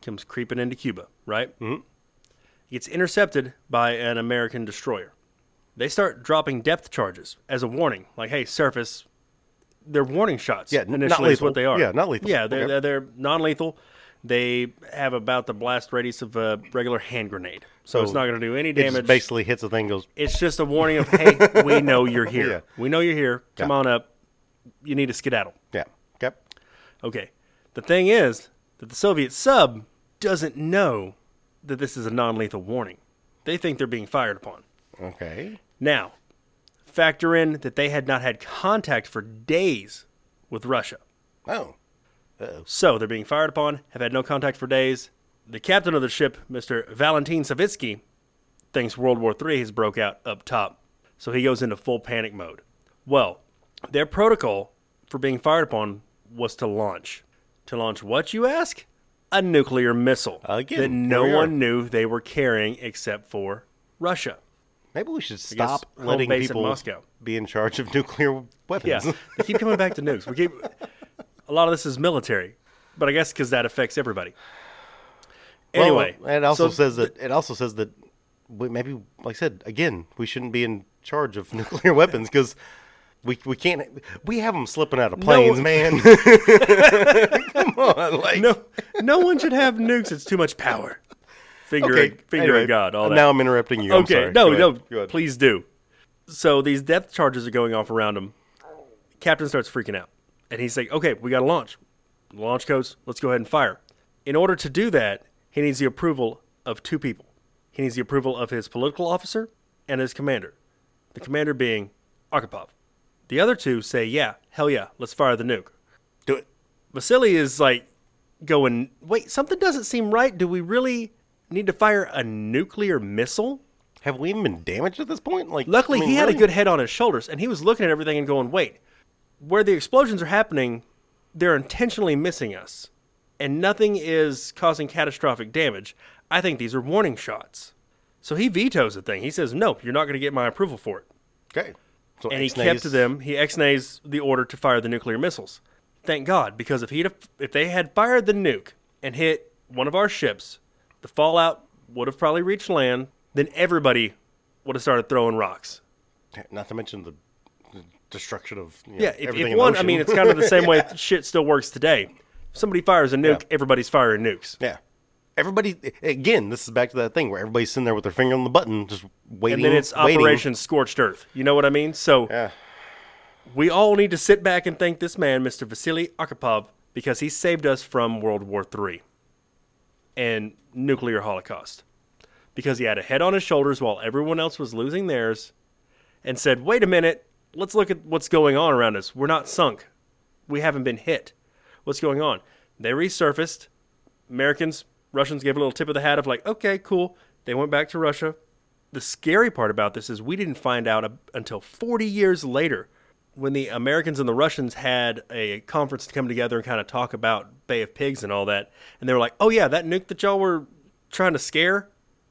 Comes creeping into Cuba, right? Mm-hmm. Gets intercepted by an American destroyer. They start dropping depth charges as a warning, like, hey, surface. They're warning shots.
Yeah, n- not
initially is
lethal.
what they are.
Yeah, not lethal.
Yeah, they're,
Okay.
they're, they're non lethal. They have about the blast radius of a regular hand grenade. So, it's not going to do any
It just
damage.
Oh, basically hits the thing, goes
It's just a warning of, hey, we know you're here.
(laughs) Yeah.
We know you're here. Come
Yeah.
on up. You need to skedaddle.
yeah, okay,
Okay. The thing is that the Soviet sub doesn't know that this is a non lethal warning. They think they're being fired upon.
okay.
Now, factor in that they had not had contact for days with Russia.
Oh,
So they're being fired upon, have had no contact for days. The captain of the ship, Mr. Valentin Savitsky, thinks World War III has broke out up top. So he goes into full panic mode. Well, their protocol for being fired upon was to launch. To launch what, you ask? A nuclear missile
Again,
that no
here we are.
one knew they were carrying except for Russia.
maybe we should stop
home
letting
base in
people
Moscow.
be in charge of (laughs) nuclear weapons. (laughs)
Yeah, they keep coming back to nukes. We keep a lot of this is military, but I guess because that affects everybody.
Well,
Anyway,
it also
so
says that it also says that we, maybe, like I said, again, we shouldn't be in charge of (laughs) nuclear weapons because we we can't. We have them slipping out of
(laughs)
planes, man. Come on, like
No, no one should have nukes. It's too much power. Finger, finger
anyway, uh,
of God. All that.
Now I'm interrupting you. I'm
okay,
sorry.
no,
Go
no,
ahead. Go ahead.
please do. So these depth charges are going off around him. Captain starts freaking out, and he's like, "Okay, we got to launch. Launch codes. Let's go ahead and fire." In order to do that, he needs the approval of two people. He needs the approval of his political officer and his commander. The commander being Arkhipov. The other two say, "Yeah, hell yeah, let's fire the nuke."
do it.
Vasily is like going, "Wait, something doesn't seem right. Do we really need to fire a nuclear missile?"
Have we even been damaged at this point? Like,
Luckily,
I mean,
he had
really?
a good head on his shoulders, and he was looking at everything and going, "Wait, where the explosions are happening, they're intentionally missing us, and nothing is causing catastrophic damage. I think these are warning shots." So he vetoes the thing. He says, "Nope, you're not going to get my approval for it."
Okay. So
And he
X-Nays-
kept to them. He exnays the order to fire the nuclear missiles. Thank God, because if he'd have, if they had fired the nuke and hit one of our ships, the fallout would have probably reached land. Then everybody would have started throwing rocks.
Not to mention the, the destruction of you know,
Yeah, if,
everything
if
in
one,
the
I
ocean.
mean, it's kind of the
(laughs)
same way shit still works today. If somebody fires a nuke,
Yeah.
everybody's firing nukes.
yeah. Everybody again. This is back to that thing where everybody's sitting there with their finger on the button, just
And
waiting.
then it's
waiting.
Operation Scorched Earth. You know what I mean? So
Yeah.
we all need to sit back and thank this man, Mr. Vasily Arkhipov, because he saved us from World War III and nuclear holocaust. Because he had a head on his shoulders while everyone else was losing theirs and said, wait a minute, let's look at what's going on around us. We're not sunk. We haven't been hit. What's going on? They resurfaced. Americans, Russians gave a little tip of the hat of like, okay, cool. They went back to Russia. The scary part about this is we didn't find out ab- until 40 years later when the Americans and the Russians had a conference to come together and kind of talk about Bay of Pigs and all that. And they were like, oh, yeah, that nuke that y'all were trying to scare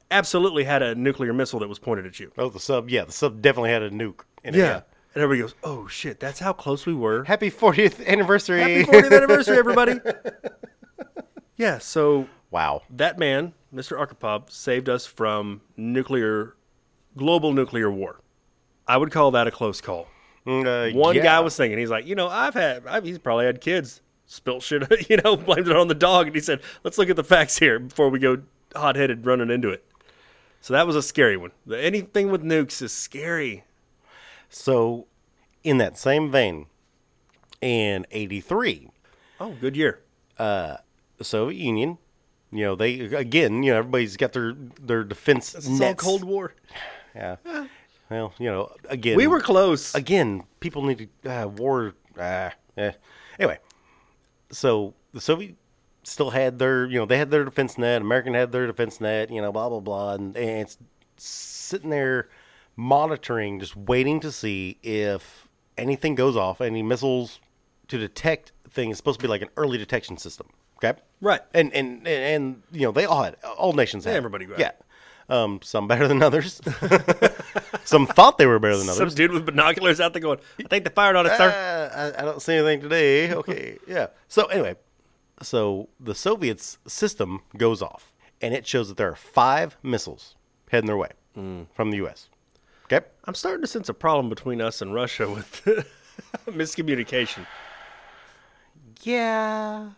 absolutely had a nuclear missile that was pointed at you.
Oh, the sub. Yeah, the sub definitely had a nuke. In it,
Yeah. And everybody goes, oh shit, that's how close we were.
Happy 40th (laughs) anniversary.
Happy 40th anniversary, everybody. yeah, so
wow.
that man, Mr. Arkhipov, saved us from nuclear, global nuclear war. I would call that a close call.
Mm, uh,
One
yeah.
guy was thinking, he's like, you know, I've had, I've, he's probably had kids spilt shit, (laughs) you know, blamed it on the dog. And he said, let's look at the facts here before we go hot headed running into it. So that was a scary one. The- Anything with nukes is scary.
So, in that same vein, in '83,
Oh, good year.
the Soviet Union, you know, they again, you know, everybody's got their their defense
It's all
nets.
Cold War.
Yeah. Well, you know, again,
We were close.
again, people need to uh, war. Uh, eh. Anyway, so the Soviet still had their, you know, they had their defense net. American had their defense net. You know, blah blah blah, and, and it's sitting there monitoring, just waiting to see if anything goes off, any missiles to detect thing is supposed to be like an early detection system. Okay.
Right.
And and and, and you know they all had all nations had it.
everybody got it.
yeah. Um, some better than others. (laughs) some thought they were better than others.
Some dude with binoculars out there going, I think they fired on us, sir.
Uh, (laughs) I, I don't see anything today. Okay, yeah. So anyway, so the Soviets' system goes off, and it shows that there are five missiles heading their way from the U.S. Okay,
I'm starting to sense a problem between us and Russia with (laughs) miscommunication.
yeah,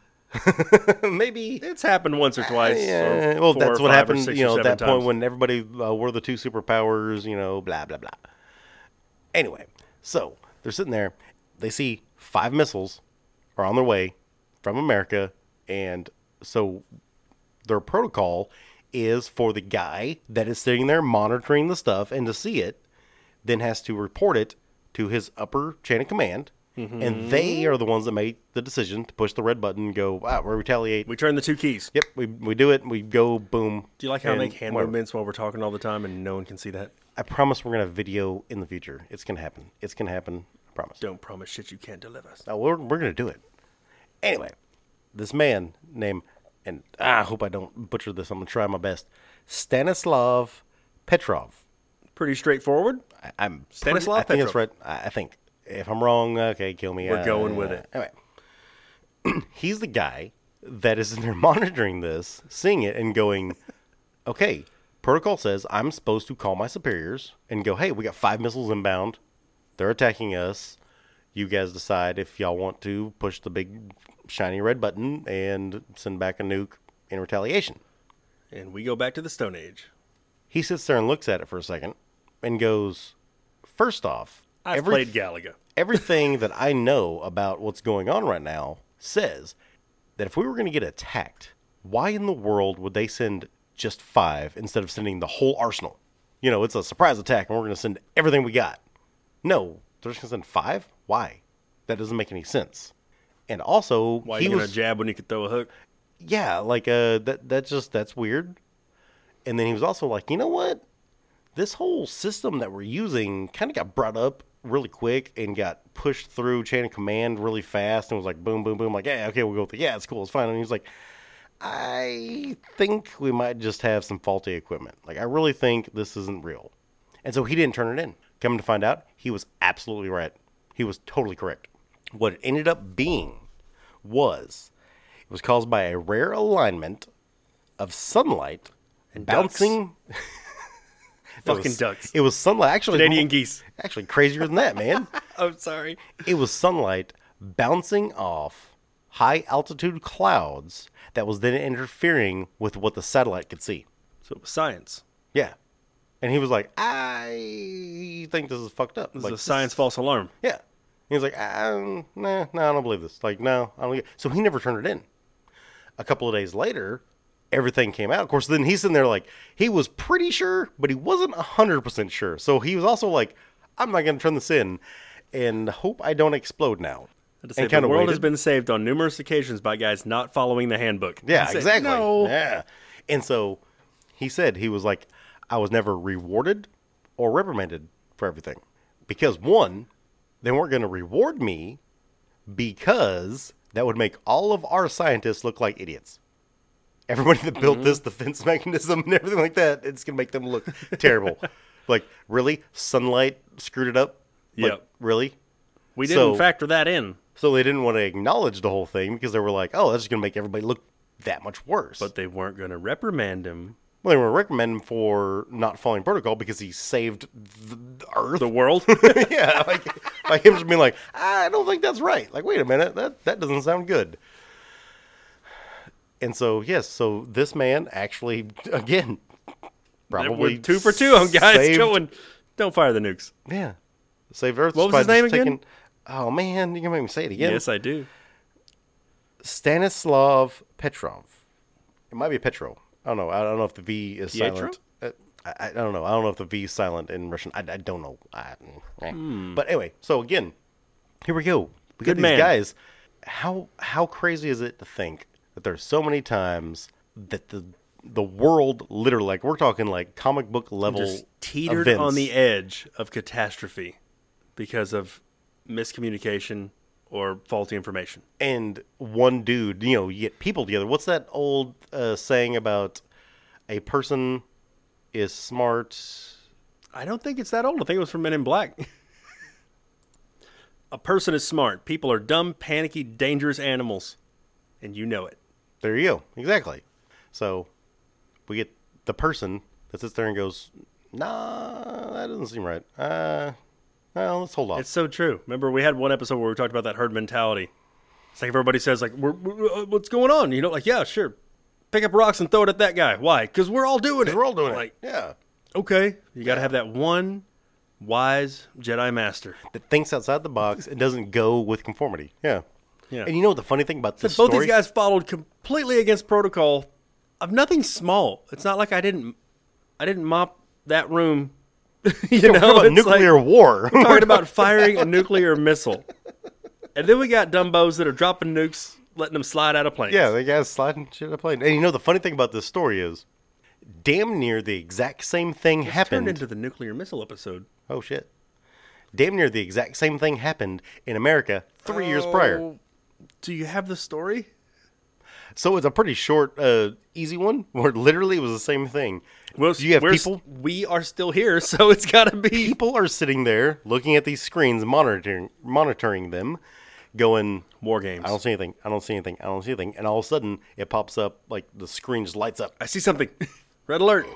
(laughs) maybe.
It's happened once or twice.
Ah, Yeah,
or
well,
four
that's
or five
what
or
happened,
six
you
or
know, at
seven
that point
times.
when everybody uh, were the two superpowers, you know, blah, blah, blah. Anyway, so they're sitting there. They see five missiles are on their way from America. And so their protocol is for the guy that is sitting there monitoring the stuff and to see it, then has to report it to his upper chain of command.
Mm-hmm.
And they are the ones that made the decision to push the red button and go, wow, we're retaliate.
we turn the two keys.
Yep, we, we do it. We go boom.
Do you like how I
and
make hand
whatever.
movements while we're talking all the time and no one can see that?
I promise we're gonna video in the future. It's gonna happen. It's gonna happen. I promise.
Don't promise shit you can't deliver.
No, we're we're gonna do it. Anyway, this man named and I hope I don't butcher this. I'm gonna try my best. Stanislav Petrov.
Pretty straightforward.
I, I'm
Stanislav
pretty, I think
Petrov.
It's right. I, I think if I'm wrong, okay, kill me.
We're
uh,
going with it.
Anyway, (clears throat) he's (laughs) the guy that is in there monitoring this, seeing it, and going, (laughs) okay, Protocol says I'm supposed to call my superiors and go, hey, we got five missiles inbound. They're attacking us. You guys decide if y'all want to push the big shiny red button and send back a nuke in retaliation.
And we go back to the Stone Age.
He sits there and looks at it for a second and goes, first off,
I've
every-
played Galaga.
everything that I know about what's going on right now says that if we were going to get attacked, why in the world would they send just five instead of sending the whole arsenal? You know, it's a surprise attack and we're going to send everything we got. No, they're just going to send five? Why? That doesn't make any sense. And also,
Why
he
you gonna
was,
jab when you could throw a hook?
yeah, like uh, that that just that's weird. And then he was also like, you know what? This whole system that we're using kind of got brought up really quick and got pushed through chain of command really fast and was like boom, boom, boom. Like, yeah, okay, we'll go with it. Yeah, it's cool, it's fine. And he's like, I think we might just have some faulty equipment. Like, I really think this isn't real. And so he didn't turn it in. Coming to find out, he was absolutely right. He was totally correct. What it ended up being was it was caused by a rare alignment of sunlight and bouncing. It
Fucking
was-
ducks.
It was sunlight. Actually,
Canadian geese.
(laughs) Actually, crazier than that, man.
(laughs) I'm sorry.
it was sunlight bouncing off high altitude clouds that was then interfering with what the satellite could see.
So it was science.
Yeah. And he was like, I think this is fucked up.
This
like,
is a science false alarm.
Yeah. He was like, um, nah, nah, I don't believe this. Like, no, I don't. Get... So he never turned it in. A couple of days later, everything came out. Of course, then he's sitting there like, he was pretty sure, but he wasn't 100% sure. So he was also like, I'm not going to turn this in and hope I don't explode now.
Had to say,
And
the
kinda
world
waited.
has been saved on numerous occasions by guys not following the handbook.
Yeah,
He said,
exactly.
No.
Yeah. And so he said he was like, I was never rewarded or reprimanded for everything. Because one, they weren't going to reward me because that would make all of our scientists look like idiots. Everybody that
Mm-hmm.
built this defense mechanism and everything like that, it's going to make them look
(laughs)
terrible. Like, really? Sunlight screwed it up? Like,
Yep.
Really?
We didn't
So-
factor that in,
So they didn't want to acknowledge the whole thing because they were like, oh, that's just going to make everybody look that much worse.
but they weren't going to reprimand him.
Well, they were recommending for not following protocol because he saved (laughs) the the Earth.
The (laughs) world.
yeah, like like him just being like, I don't think that's right. Like, wait a minute, that that doesn't sound good. And so yes, so this man actually again probably
We're two for two on guys
saved-
going. Don't fire the nukes.
Yeah, saved Earth.
What was
by
his name
just
again?
oh man, you're gonna make me say it again.
Yes, I do.
Stanislav Petrov. It might be Petro. I don't know. I don't know if the V is
Pietro?
silent. Uh, I, I don't know. I don't know if the V is silent in Russian. I, I don't know. I, eh. But anyway, so again, here we go.
Hmm. Good
We got these
man.
guys. How how crazy is it to think that there's so many times that the the world literally like we're talking like comic book level
Just teetered
events.
on the edge of catastrophe because of miscommunication or faulty information.
and one dude, you know, you get people together. What's that old uh, saying about a person is smart?
I don't think it's that old. I think it was from Men in Black. (laughs) A person is smart. People are dumb, panicky, dangerous animals, and you know it.
There you go. Exactly. So we get the person that sits there and goes, nah, that doesn't seem right. Uh, well, let's hold off.
It's so true. Remember, we had one episode where we talked about that herd mentality. It's like everybody says, like, we're, we're- uh, "What's going on?" You know, like, "Yeah, sure, pick up rocks and throw it at that guy." Why? Because we're all doing it.
We're all doing
Like,
it. Yeah.
okay, you got to have that one wise Jedi master.
That thinks outside the box and doesn't go with conformity. Yeah.
Yeah.
And you know what the funny thing about this
Both
story?
these guys followed completely against protocol of nothing small. It's not like I didn't I didn't mop that room. (laughs) you
We're talking
know,
about
it's
nuclear
Like,
war.
talking about firing a nuclear missile, and then we got dumbos that are dropping nukes, letting them slide out of planes.
Yeah, the guy's sliding shit up plane. And you know the funny thing about this story is, damn near the exact same thing happened.
turned into the nuclear missile episode.
oh shit! Damn near the exact same thing happened in America three years prior.
Oh, Do you have the story?
So it's a pretty short, uh, easy one (laughs) where literally it was the same thing.
Well,
Do you have
we're s-
people?
We are still here, (laughs) so it's got to be.
People are sitting there looking at these screens, monitoring monitoring them, going,
War games.
"I don't see anything. I don't see anything. I don't see anything." And all of a sudden, it pops up like the screen just lights up.
I see something. (laughs) Red alert.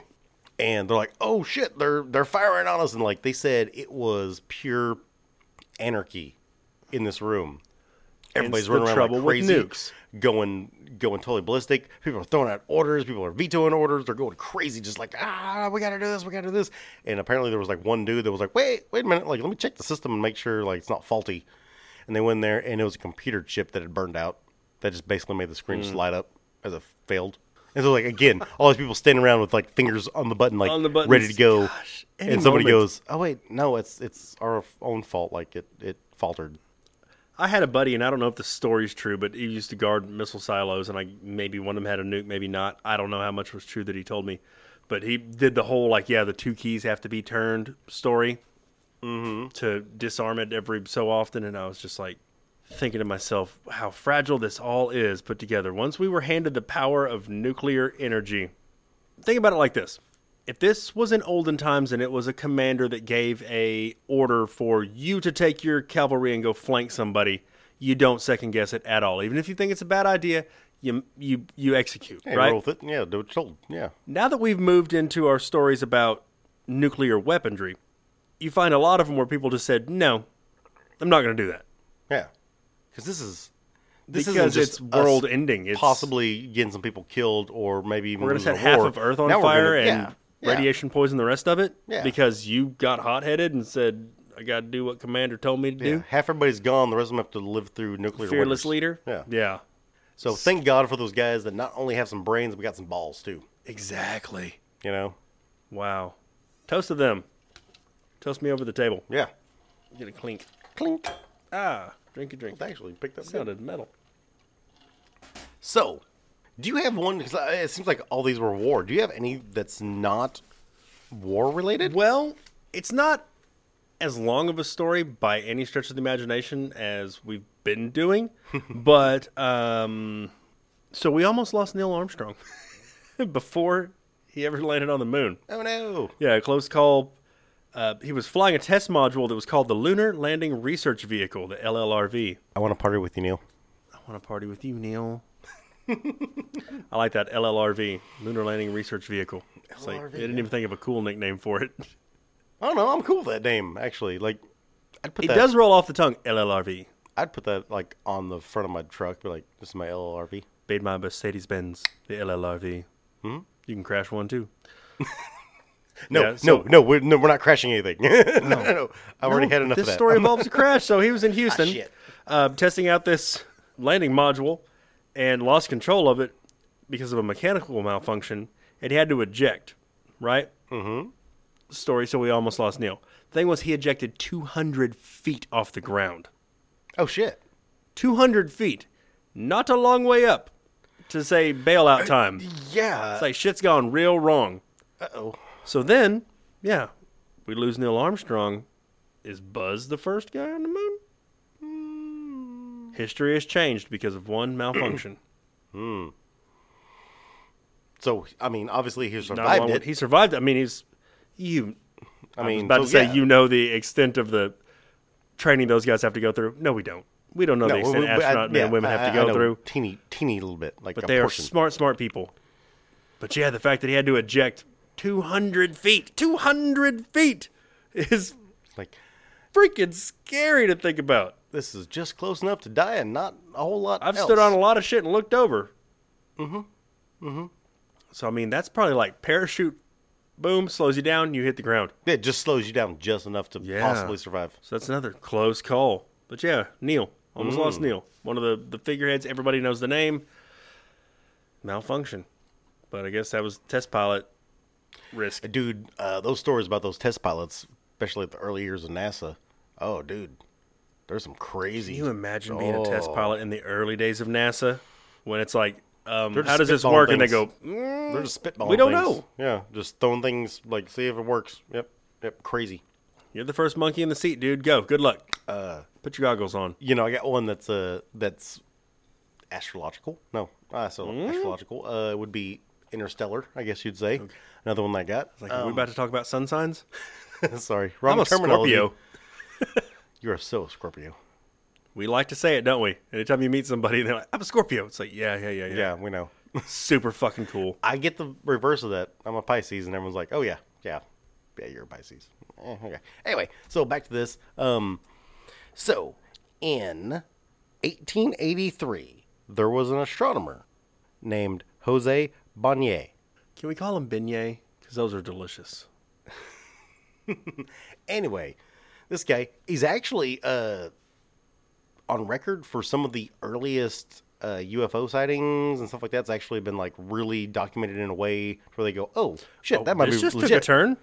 and they're like, "Oh shit, they're they're firing on us!" And like they said, it was pure anarchy in this room. Everybody's
the
running around
trouble
like
with
crazy,
nukes.
going going totally ballistic. People are throwing out orders. People are vetoing orders. They're going crazy, just like ah, we gotta do this, we gotta do this. And apparently there was like one dude that was like, "Wait, wait a minute, like let me check the system and make sure like it's not faulty." And they went in there, and it was a computer chip that had burned out. That just basically made the screen
Mm.
just light up as it failed. And so, like again, all these people standing around with like fingers on the button, like
(laughs) On the buttons.
ready to go.
Gosh, any
and somebody
moment.
goes, "Oh wait, no, it's it's our own fault. Like it it faltered."
I had a buddy, and I don't know if the story's true, but he used to guard missile silos, and I maybe one of them had a nuke, maybe not. I don't know how much was true that he told me, but he did the whole like, yeah, the two keys have to be turned story to disarm it every so often, and I was just like thinking to myself how fragile this all is put together. Once we were handed the power of nuclear energy, think about it like this if this was in olden times and it was a commander that gave a order for you to take your cavalry and go flank somebody you don't second guess it at all even if you think it's a bad idea you you you execute
Hey,
right
roll with it. Yeah, do what you're told. Yeah,
now that we've moved into our stories about nuclear weaponry you find a lot of them where people just said no i'm not going to do that
yeah. Because this is this
because
isn't just
it's
us
world ending it's
possibly getting some people killed, or maybe even
we're going to
losing
set
a
half
war.
of earth on
Now we're gonna-
fire
yeah,
and
yeah.
radiation poison the rest of it
Yeah.
because you got hot-headed and said i got to do what commander told me to
Yeah,
do
half everybody's gone. The rest of them have to live through nuclear.
fearless
winters.
leader.
Yeah.
Yeah.
So thank God for those guys that not only have some brains, but got some balls too.
Exactly.
You know?
Wow. Toast to them. Toast me over the table.
Yeah.
Get a clink.
Clink.
Ah, drink a drink.
They actually picked up. good.
Sounded metal.
So, do you have one? Because it seems like all these were war. Do you have any that's not war related?
Well, it's not as long of a story by any stretch of the imagination as we've been (laughs) doing, but um, so we almost lost Neil Armstrong (laughs) before he ever landed on the moon.
Oh no!
Yeah, a close call. Uh, he was flying a test module that was called the Lunar Landing Research Vehicle, the LLRV.
I want to party with you, Neil.
I want to party with you, Neil. (laughs) I like that LLRV, Lunar Landing Research Vehicle. It's like,
LLRV,
they didn't even think of a cool nickname for it. (laughs)
I don't know. I'm cool with that name. Actually, like, I'd put
It
that.
does roll off the tongue, LLRV.
I'd put that like on the front of my truck. Be like, this is my LLRV.
Made my Mercedes Benz, the LLRV. Hmm? You can crash one too.
No,
Yeah, so-
no, no. We're no, we're not crashing anything. (laughs) no, no, no. I've already had enough
this
of that.
story
I'm- (laughs) Ah,
involves a crash. So he was in Houston
shit.
uh, testing out this landing module and lost control of it because of a mechanical malfunction and he had to eject, right? Mm-hmm. Story, so we almost lost Neil. Thing was, he ejected 200 feet off the ground.
oh shit!
200 feet. Not a long way up to say bailout time. It's
Uh, Yeah.
like shit's gone real wrong.
Uh oh.
So then, yeah, we lose Neil Armstrong. Is Buzz the first guy on the moon? History has changed because of one malfunction.
So I mean, obviously he
Not
(clears throat) survived
along with-
it.
he survived. I mean, he's you.
I
I
mean,
mean, about
so,
to say
yeah.
you know the extent of the training those guys have to go through. No, we don't. We don't know the
No,
extent
we- we- I-
astronaut men
yeah,
and women
I-
have to
I
go
know
through.
teeny, teeny little bit, like
But
a
they are
portion.
smart, smart people. But yeah, the fact that he had to eject 200 feet, 200 feet is
like
freaking scary to think about.
this is just close enough to die and not a whole lot.
I've
else. Mm-hmm.
stood on a lot of shit and looked over. Mm-hmm. Mm-hmm. So I mean, that's probably like parachute, boom, slows you down, you hit the ground.
It just slows you down just enough to
Yeah.
possibly survive.
So that's another close call. But yeah, Neil almost
Mm.
lost Neil, one of the the figureheads. Everybody knows the name. Malfunction, but I guess that was test pilot risk.
Dude, uh, those stories about those test pilots, especially at the early years of NASA. Oh, dude, there's some crazy.
Can you imagine being a test
Oh.
pilot in the early days of NASA when it's like, um,
They're just
how does this
spitballing
work? And they go,
things. They're just spitballing.
We don't
things.
know.
Yeah, just throwing things like see if it works. Yep, yep, crazy.
"You're the first monkey in the seat, dude. Go. Good luck.
Uh,
Put your goggles on."
You know, I got one that's uh that's astrological. No, uh, so
Hmm?
astrological. Uh, it would be interstellar, I guess you'd say. Another one that I got.
Like, are we about to talk about sun signs?
(laughs) Sorry, wrong
Um, I'm a
terminology.
Scorpio.
You are so Scorpio.
We like to say it, don't we? Anytime you meet somebody, they're like, "I'm a Scorpio." It's like, yeah, yeah, yeah, yeah.
Yeah, we know.
(laughs) Super fucking cool.
I get the reverse of that. I'm a Pisces, and everyone's like, "Oh yeah, yeah, yeah, you're a Pisces." Eh, okay. Anyway, so back to this. Um, so in 1883, there was an astronomer named Jose Bonnier,
Can we call them beignet? Because those are delicious.
Anyway, this guy he's actually uh, on record for some of the earliest uh, UFO sightings and stuff like that's actually been like really documented in a way where they go, "Oh shit, that might be
this just took a
legit."
turn.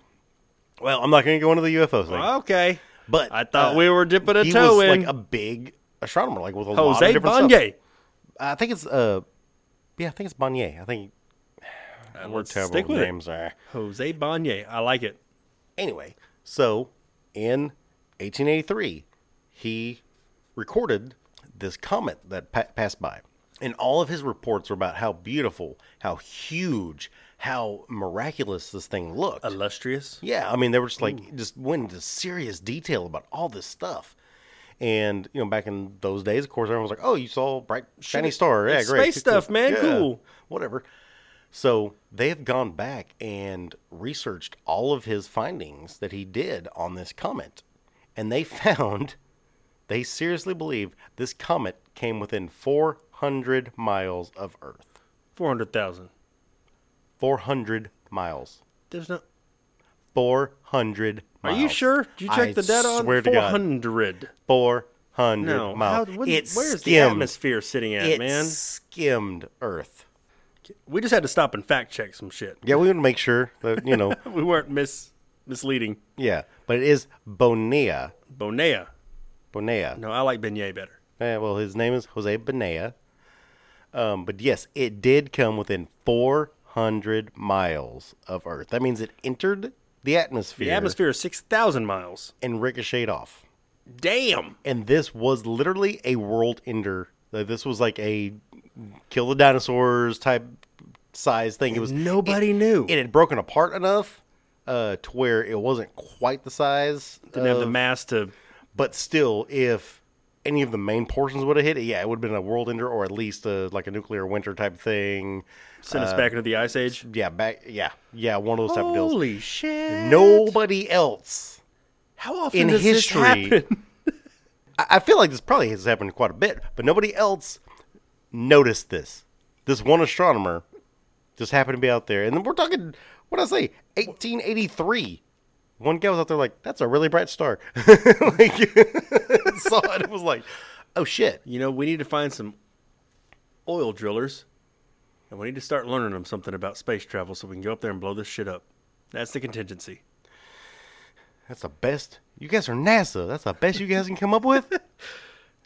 well, I'm not going to go into the UFO thing,
Okay,
but
I thought
uh,
we were dipping a
he
toe
was
in.
like a big astronomer, like with a lot of
Jose
different stuff.
Bonnier.
I think it's uh, yeah, I think it's Bonnier. I think we're
Uh, let's
terrible
stick
with
with it.
names. Are.
Jose Bonnier. I like it.
Anyway, so in 1883, he recorded this comet that pa- passed by. And all of his reports were about how beautiful, how huge, how miraculous this thing looked.
Illustrious.
Yeah, I mean, they were just like just went into serious detail about all this stuff. And you know, back in those days, of course, everyone was like, "Oh, you saw a bright shiny
Shit,
star, yeah,
it's
great,
space stuff, man,
Yeah,
cool."
whatever." So they have gone back and researched all of his findings that he did on this comet, and they (laughs) found they seriously believe this comet came within 400 miles of Earth.
Four hundred thousand.
400 miles.
There's no.
Four hundred.
Are you sure? Did you check the data on
swear to
four
God,
hundred?
four hundred
No.
miles.
How- what-
it's
where's the
skimmed.
atmosphere sitting at,
It
man?
skimmed Earth.
We just had to stop and fact check some shit. (laughs)
Yeah, we want to make sure that you know.
We weren't mis misleading.
yeah, but it is Bonilla.
Bonea.
Bonilla.
No, I like beignet better.
Eh, well, his name is Jose Bonilla. Um, but yes, it did come within four hundred miles of Earth. That means it entered the atmosphere,
The atmosphere is six thousand miles.
and ricocheted off.
Damn.
and this was literally a world ender. Like, This was like a kill the dinosaurs type size thing. It was
Nobody
it-
knew.
it had broken apart enough uh, to where it wasn't quite the size,
Didn't have the
of-
mass to.
but still, if any of the main portions would have hit it, yeah, it would have been a world ender or at least a, like a nuclear winter type thing.
Send us back into the ice age.
Yeah, back yeah, yeah, one of those type of deals.
Holy shit!
Nobody else
How often
in
does This
history.
happen? (laughs)
I I feel like this probably has happened quite a bit, but nobody else noticed this. This one astronomer just happened to be out there, and then we're talking what I say, 1883. One guy was out there like, "That's a really bright star." (laughs) like, saw it and was like, "Oh shit!"
You know, we need to find some oil drillers, and we need to start learning them something about space travel so we can go up there and blow this shit up. That's the contingency.
That's the best. You guys are NASA. That's the best you guys can come up with.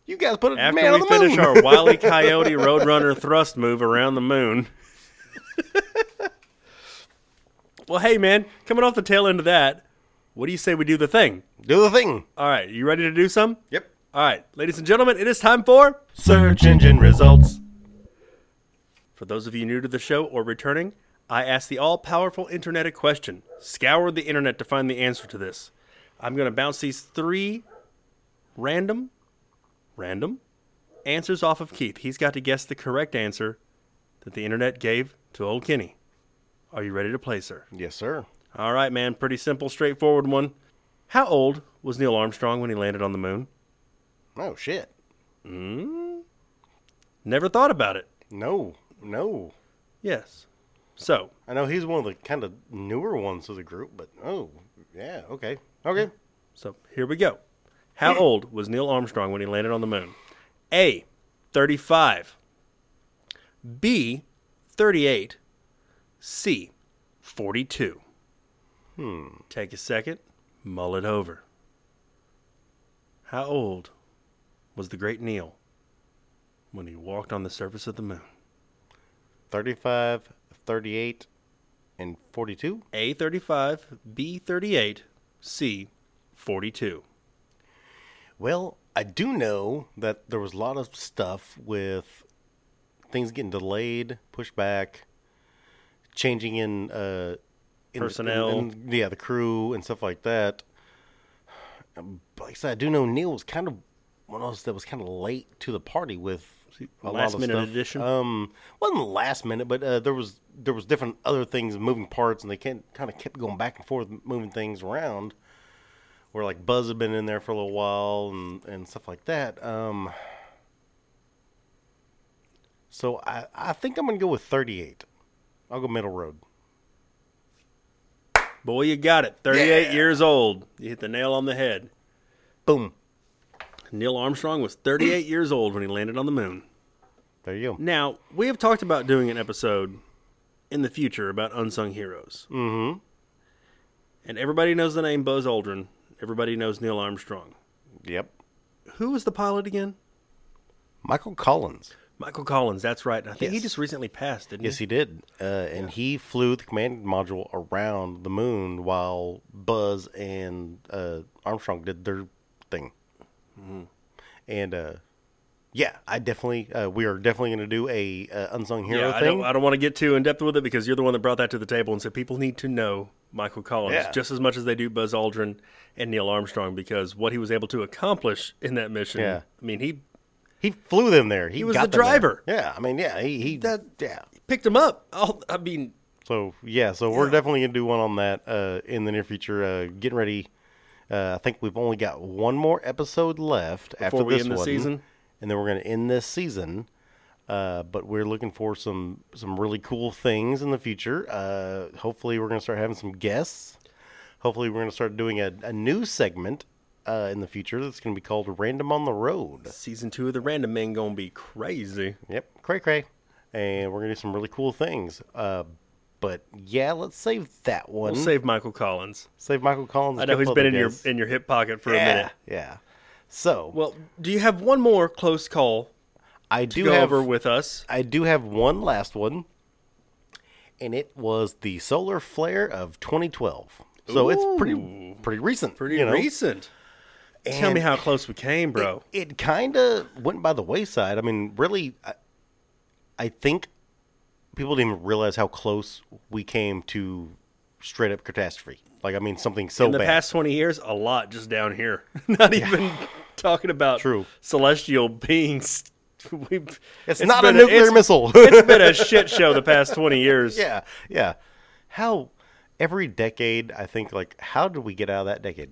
You guys put a
After
man on
we
the
finish
moon.
our Wile E. Coyote Roadrunner thrust move around the moon. (laughs) well, hey, man, coming off the tail end of that, what do you say we do the thing?
Do the thing.
All right, you ready to do some?
Yep.
All right, ladies and gentlemen, it is time for.
Search engine results.
For those of you new to the show or returning, I ask the all powerful internet a question. Scour the internet to find the answer to this. I'm going to bounce these three random, random answers off of Keith. He's got to guess the correct answer that the internet gave to old Kenny. Are you ready to play, sir?
Yes, sir.
All right, man. Pretty simple, straightforward one. How old was Neil Armstrong when he landed on the moon?
Oh shit.
Never thought about it.
No. No.
Yes. So,
I know he's one of the kind of newer ones of the group, but oh, yeah, okay. Okay.
So here we go. How old was Neil Armstrong when he landed on the moon? A. 35. B. 38. C. 42. Hmm. Take a second, mull it over. How old was the great Neil when he walked on the surface of the moon?
35, 38, and 42.
A. 35. B. 38. C. 42.
Well, I do know that there was a lot of stuff with things getting delayed, pushed back, changing in uh in- in-
Personnel.
in- yeah, the crew and stuff like that. But like I said, I do know Neil was kind of one of those that was kind of late to the party with a
Last
lot of
minute
stuff.
edition.
Um, wasn't last minute, but uh, there was there was different other things, moving parts, and they kind of kept going back and forth, moving things around. Where like Buzz had been in there for a little while and and stuff like that. Um, so I I think I'm gonna go with 38. I'll go middle road.
Boy, you got it. 38
Yeah.
years old. You hit the nail on the head.
Boom.
Neil Armstrong was
(coughs)
38 years old when he landed on the moon.
There you go.
Now, we have talked about doing an episode in the future about unsung heroes. Mm-hmm. And everybody knows the name Buzz Aldrin. Everybody knows Neil Armstrong.
Yep.
Who was the pilot again?
Michael Collins.
Michael Collins. That's right. And I think he
Yes.
just recently passed, didn't
Yes,
he?
he did. Uh, and he flew the command module around the moon while Buzz and uh, Armstrong did their thing.
Mm-hmm.
And uh, yeah, I definitely, uh, we are definitely going to do a uh, unsung hero
yeah, I
thing.
don't, I don't want to get too in depth with it because you're the one that brought that to the table and said people need to know Michael Collins
Yeah.
just as much as they do Buzz Aldrin and Neil Armstrong because what he was able to accomplish in that mission.
Yeah.
I mean, he
he flew them there. He,
was
got
the
them there.
driver.
Yeah, I mean, yeah, he, he
That-
yeah.
picked him up. All, I mean,
So yeah, so we're definitely gonna do one on that uh, in the near future. Uh, getting ready. Uh, I think we've only got one more episode left after
Before we
this
end the
one,
season?
and then we're gonna end this season. Uh, but we're looking for some some really cool things in the future. Uh, hopefully, we're gonna start having some guests. Hopefully, we're gonna start doing a, a new segment uh, in the future that's gonna be called "Random on the Road."
season two of the Random Men gonna be crazy.
Yep, cray cray. And we're gonna do some really cool things. Uh, but yeah, let's save that one.
We'll save Michael Collins.
Save Michael Collins.
I know he's been in your in your hip pocket for
yeah,
a minute.
Yeah. So
Well, do you have one more close call to
I do
go
have
over with us?
I do have one last one, and it was the solar flare of 2012. So it's pretty pretty recent.
Pretty
you know?
recent. Tell me
And
how close we came, bro.
It kind of went by the wayside. I mean, really, I, I think people didn't even realize how close we came to straight up catastrophe. Like, I mean, something so
In the
bad.
past twenty years, a lot just down
(laughs)
here. (laughs) Not even talking about
True.
celestial beings. (laughs) We've,
it's, not a
been
nuclear
it's-
missile. (laughs)
It's been a shit show the past twenty years.
Yeah, yeah. How every decade, I think like, how did we get out of that decade?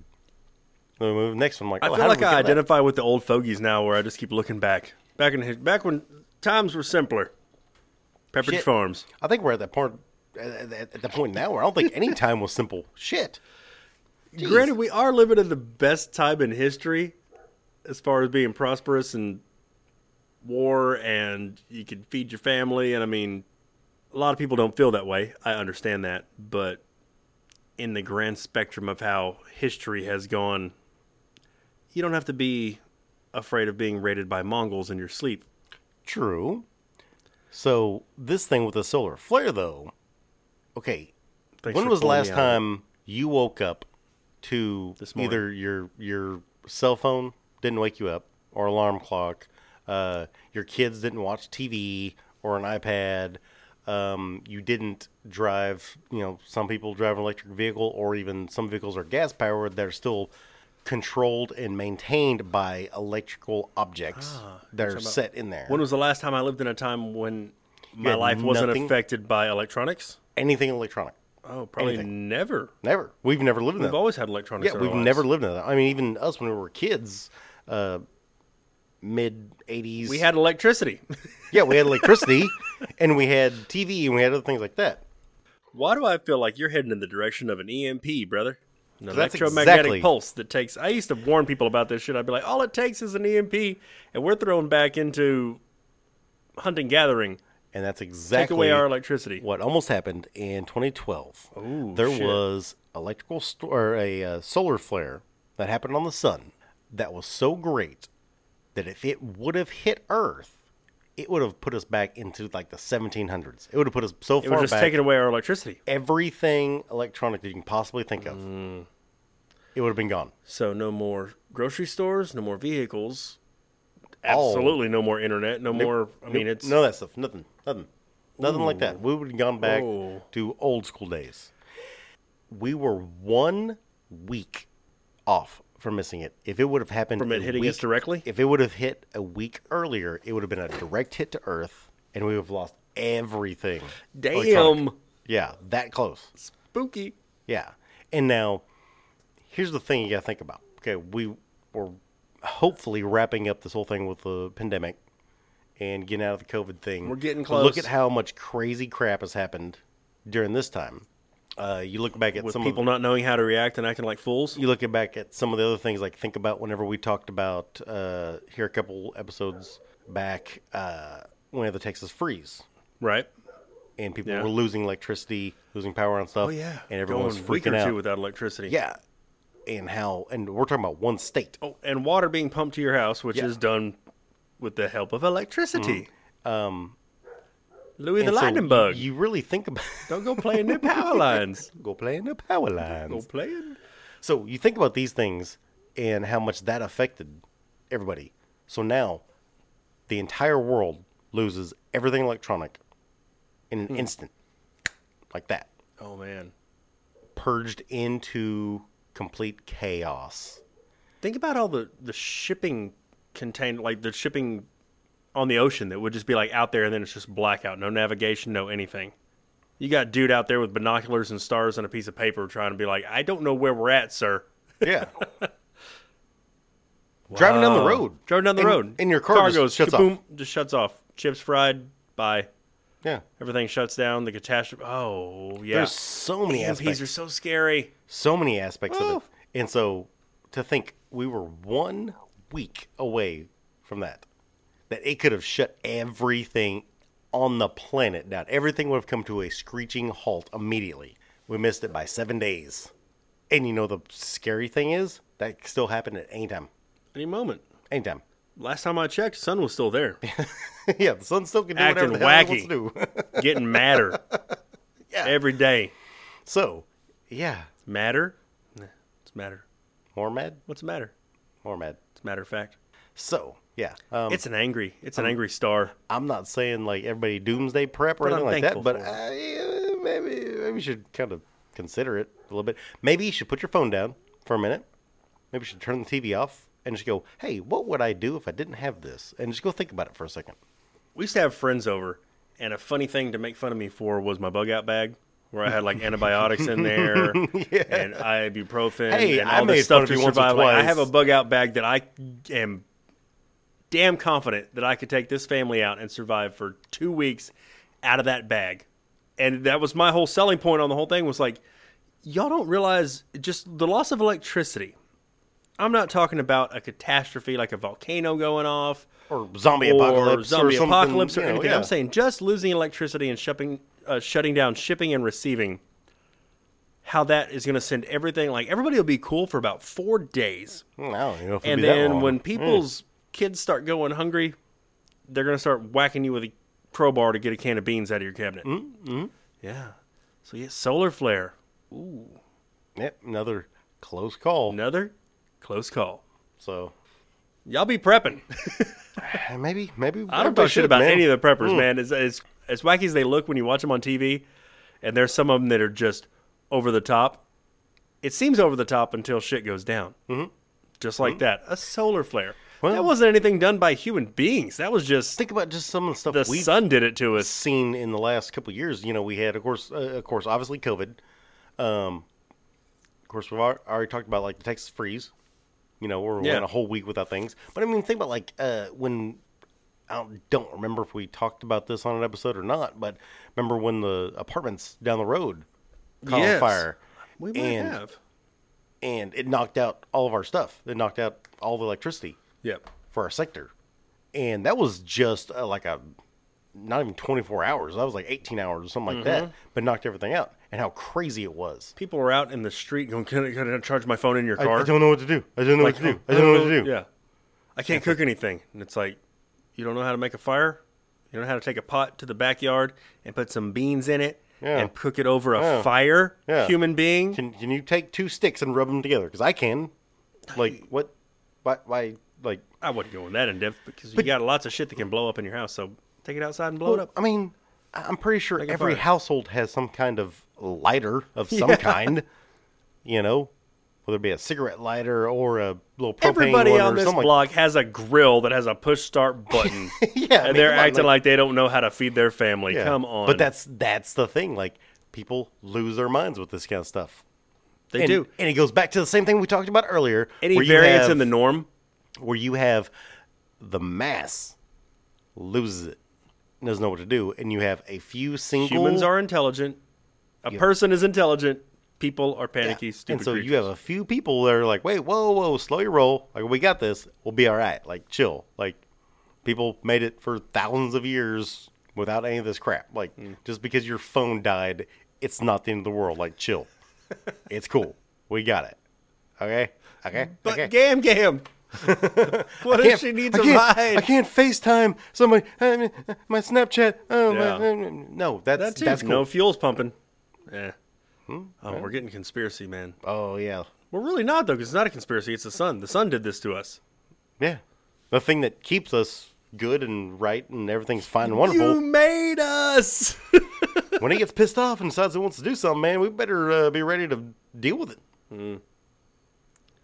Then we move to the next one. Like,
I
oh,
feel
how did
like
we get
I
out of that?
identify with the old fogies now, where I just keep looking back, back in his, back when times were simpler. Pepperidge
Shit.
Farms.
I think we're at that point. At, at- at the point now where I don't think any time was simple. Shit.
Granted, we are living in the best time in history, as far as being prosperous and war, and you can feed your family. And I mean, a lot of people don't feel that way. I understand that, but in the grand spectrum of how history has gone, you don't have to be afraid of being raided by Mongols in your sleep.
True. So this thing with the solar flare, though. Okay,
Thanks
when
for
was the
pulling me
last
out of it.
time you woke up to
This morning.
either your your cell phone didn't wake you up or alarm clock, uh, your kids didn't watch TV or an iPad, um, you didn't drive. You know, some people drive an electric vehicle, or even some vehicles are gas powered. They're still controlled and maintained by electrical objects
Ah,
that are set in there.
When was the last time I lived in a time when my
had
life wasn't
nothing?
affected by electronics?
Anything electronic?
Oh, probably never.
Never. We've never lived in that.
We've always had electronics.
Yeah,
in our
we've
lives.
never lived in that. I mean, even us when we were kids, uh, mid '80s,
We had electricity. (laughs)
yeah, we had electricity, and we had TV, and we had other things like that.
Why do I feel like you're heading in the direction of an EMP, brother? An
That's
electromagnetic
exactly-
pulse that takes. I used to warn people about this shit. I'd be like, all it takes is an EMP, and we're thrown back into hunting gathering.
And that's
Take
exactly
away our electricity.
what almost happened in 2012.
Ooh,
there
shit.
was electrical st- or a uh, solar flare that happened on the sun that was so great that if it would have hit Earth, it would have put us back into like the 1700s. It would have put us so
It
far
was just
back.
taking away our electricity.
everything electronic that you can possibly think of. It would have been gone.
So no more grocery stores, no more vehicles. Oh.
All-
Absolutely no more internet, no more. I mean, it's
None of that stuff. Nothing. Nothing. Nothing like that. We would have gone back
Ooh.
to old school days. We were one week off from missing it. If it would have happened
From it
a
hitting
week,
us directly?
if it would have hit a week earlier, it would have been a direct hit to Earth, and we would have lost everything. electronic.
Damn.
Yeah, that close.
Spooky.
Yeah. And now, here's the thing you got to think about. Okay, we were hopefully wrapping up this whole thing with the pandemic and getting out of the COVID thing.
We're getting
Look
close.
at how much crazy crap has happened during this time. Uh, you look back at
With
some
people
of,
not knowing how to react and acting like fools.
you look at back at some of the other things. Like think about whenever we talked about uh, here a couple episodes back uh, whenever the Texas freeze
Right.
and people
Yeah.
were losing electricity, losing power and stuff. and everyone
Oh, Going
was
week
freaking
or
out.
two without electricity.
Yeah. And how, and we're talking about one state.
Oh, and water being pumped to your house, which
Yeah.
is done with the help of electricity. Um, Louis the
And so
lightning bug.
You really think about
Don't go (laughs) playing new (laughs) power lines.
(laughs) go playing the power lines.
Go playing.
So you think about these things and how much that affected everybody. So now the entire world loses everything electronic in an
Hmm.
instant, like that,
Oh man.
purged into complete chaos.
Think about all the the shipping contained, like the shipping on the ocean that would just be like out there, and then it's just blackout, no navigation, no anything. You got dude out there with binoculars and stars and a piece of paper trying to be like, I don't know where we're at, sir.
Yeah.
(laughs)
Driving down the
Wow.
road.
Driving down the
And-
road.
And your car, just
goes
shuts
kaboom,
off.
just shuts off. Chips fried. Bye.
Yeah.
Everything shuts down. The catastrophe. Oh yeah.
There's so many aspects.
EMPs are so scary.
so many aspects
Woo.
of it. And so to think we were one week away from that, that it could have shut everything on the planet down. Everything would have come to a screeching halt immediately. We missed it by seven days. And you know the scary thing is that still happened at any time.
Any moment.
Any time. (laughs)
Last time I checked, sun was still there,
yeah, the sun still can do
Acting
whatever the hell it wants
wacky.
to do. (laughs)
getting madder
Yeah.
every day.
so, yeah,
Matter? Nah, It's matter.
more mad,
What's the matter?
more mad.
It's a matter of fact.
So, yeah, um,
It's an angry. It's an angry star.
I'm not saying like everybody doomsday prep or
But I'm
anything like
thankful
that, but
for
uh, yeah, maybe maybe you should kind of consider it a little bit. Maybe you should put your phone down for a minute. Maybe you should turn the TV off and just go, "Hey, what would I do if I didn't have this?" And just go think about it for a second.
We used to have friends over, and a funny thing to make fun of me for was my bug out bag, where I had like antibiotics in
(laughs)
there and ibuprofen
Hey,
and
I
all this
made fun
stuff
of
to
you once or
survive. Like, I
twice.
have a bug out bag that I am damn confident that I could take this family out and survive for two weeks out of that bag. And that was my whole selling point on the whole thing was like, y'all don't realize just the loss of electricity. I'm not talking about a catastrophe like a volcano going off
Or zombie apocalypse,
zombie
or something,
apocalypse, or
you know,
anything.
yeah.
I'm saying just losing electricity and shipping, uh, shutting down shipping and receiving. How that is going to send everything like everybody will be cool for about four days,
Hmm, I don't know if it'd
and
be that
then
long. Hmm.
when people's kids start going hungry, they're going to start whacking you with a crowbar to get a can of beans out of your cabinet.
Mm,
Mm-hmm. Yeah, so yeah, solar flare,
yep, another close call.
another close call.
So
Y'all be prepping. (laughs)
eh, maybe maybe
I don't
everybody
talk shit about
man.
any of the preppers, man. Mm. As, as as wacky as they look when you watch them on TV, and there's some of them that are just over the top. It seems over the top until shit goes down. Mm-hmm. Just like that, a solar flare. that
Well-
wasn't anything done by human beings. That was just
Think about just some of the stuff
the
we've
sun did it to us.
seen in the last couple of years. You know, we had, of course, uh, of course, obviously COVID. Um, of course, we've al- already talked about like the Texas freeze. You know, where we
Yeah.
went a whole week without things. But I mean, think about like uh, when I don't, don't remember if we talked about this on an episode or not. But remember when the apartments down the road caught on
Yes.
fire,
We might
and
have.
and it knocked out all of our stuff. It knocked out all the electricity
Yep.
for our sector, and that was just uh, like a not even 24 hours. That was like 18 hours or something like
Mm-hmm.
that, but knocked everything out. And how crazy it was!
People were out in the street going, "Can I, can I charge my phone in your
I,
car?"
I don't know what to do. I don't know what to do. I don't know what to do.
Oh, Yeah. I can't cook anything. And it's like, you don't know how to make a fire? You don't know how to take a pot to the backyard and put some beans in it
Yeah.
and cook it over a
Yeah.
fire,
Yeah.
human being?
Can Can you take two sticks and rub them together? Because I can. Like what? Why? Why? Like
I wouldn't go in that in depth because you got lots of shit that can blow up in your house. So take it outside and blow it up.
I mean, I- I'm pretty sure
a
every
fire. (laughs)
household has some kind of lighter of some kind. You know, whether it be a cigarette lighter or a little propane
Everybody
one
on
or
this
something
blog has a grill that has a push start
(laughs)
button.
Like, (laughs) yeah, I
and
mean,
they're
come on,
acting like they don't know how to feed their family.
yeah.
Come on.
But that's that's the thing. Like people lose their minds with this kind of stuff.
they
and,
do.
and it goes back to the same thing we talked about earlier.
Any
where you
variance
have-
in the norm?
where you have the mass loses it, and doesn't know what to do, and you have a few single
Humans are intelligent. A person is intelligent. People are panicky, stupid
and so
creatures.
you have a few people that are like, "Wait, whoa, whoa, slow your roll. Like we got this. We'll be all right. Like chill. Like people made it for thousands of years without any of this crap. Like
Hmm.
just because your phone died, it's not the end of the world. Like
(laughs)
chill. it's cool. We got it. Okay. Okay.
Hmm. but
okay.
Gam
(laughs)
Gam, what
I
does
can't-
she need
I
to
can't- I
hide?
can't FaceTime somebody. I mean, uh, my Snapchat. Oh, my-
Yeah.
no, that's
That too.
that's cool.
No fuel's pumping. Yeah.
Hmm?
Oh, we're getting conspiracy, man.
Oh yeah,
We're really not though, 'cause it's not a conspiracy. It's the sun. The sun did this to us.
yeah. The thing that keeps us good and right and everything's fine and wonderful.
You made
(laughs)
us.
when he gets pissed off and decides he wants to do something, man, we better uh, be ready to deal with it. Mm.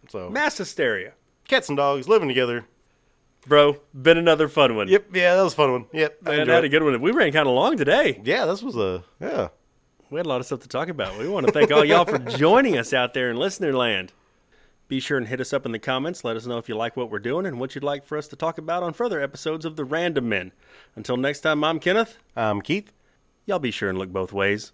So
Mass hysteria,
cats and dogs living together.
bro. Been another fun one.
Yep, yeah, that was a fun one. Yep, I
Man,
enjoyed
I had a
it.
good one. We ran kind of long today.
Yeah, this was a yeah.
We had a lot of stuff to talk about. We want to thank all y'all for joining us out there in listener land. Be sure and hit us up in the comments. Let us know if you like what we're doing and what you'd like for us to talk about on further episodes of The Random Men. Until next time, I'm Kenneth.
Um, Keith.
Y'all be sure and look both ways.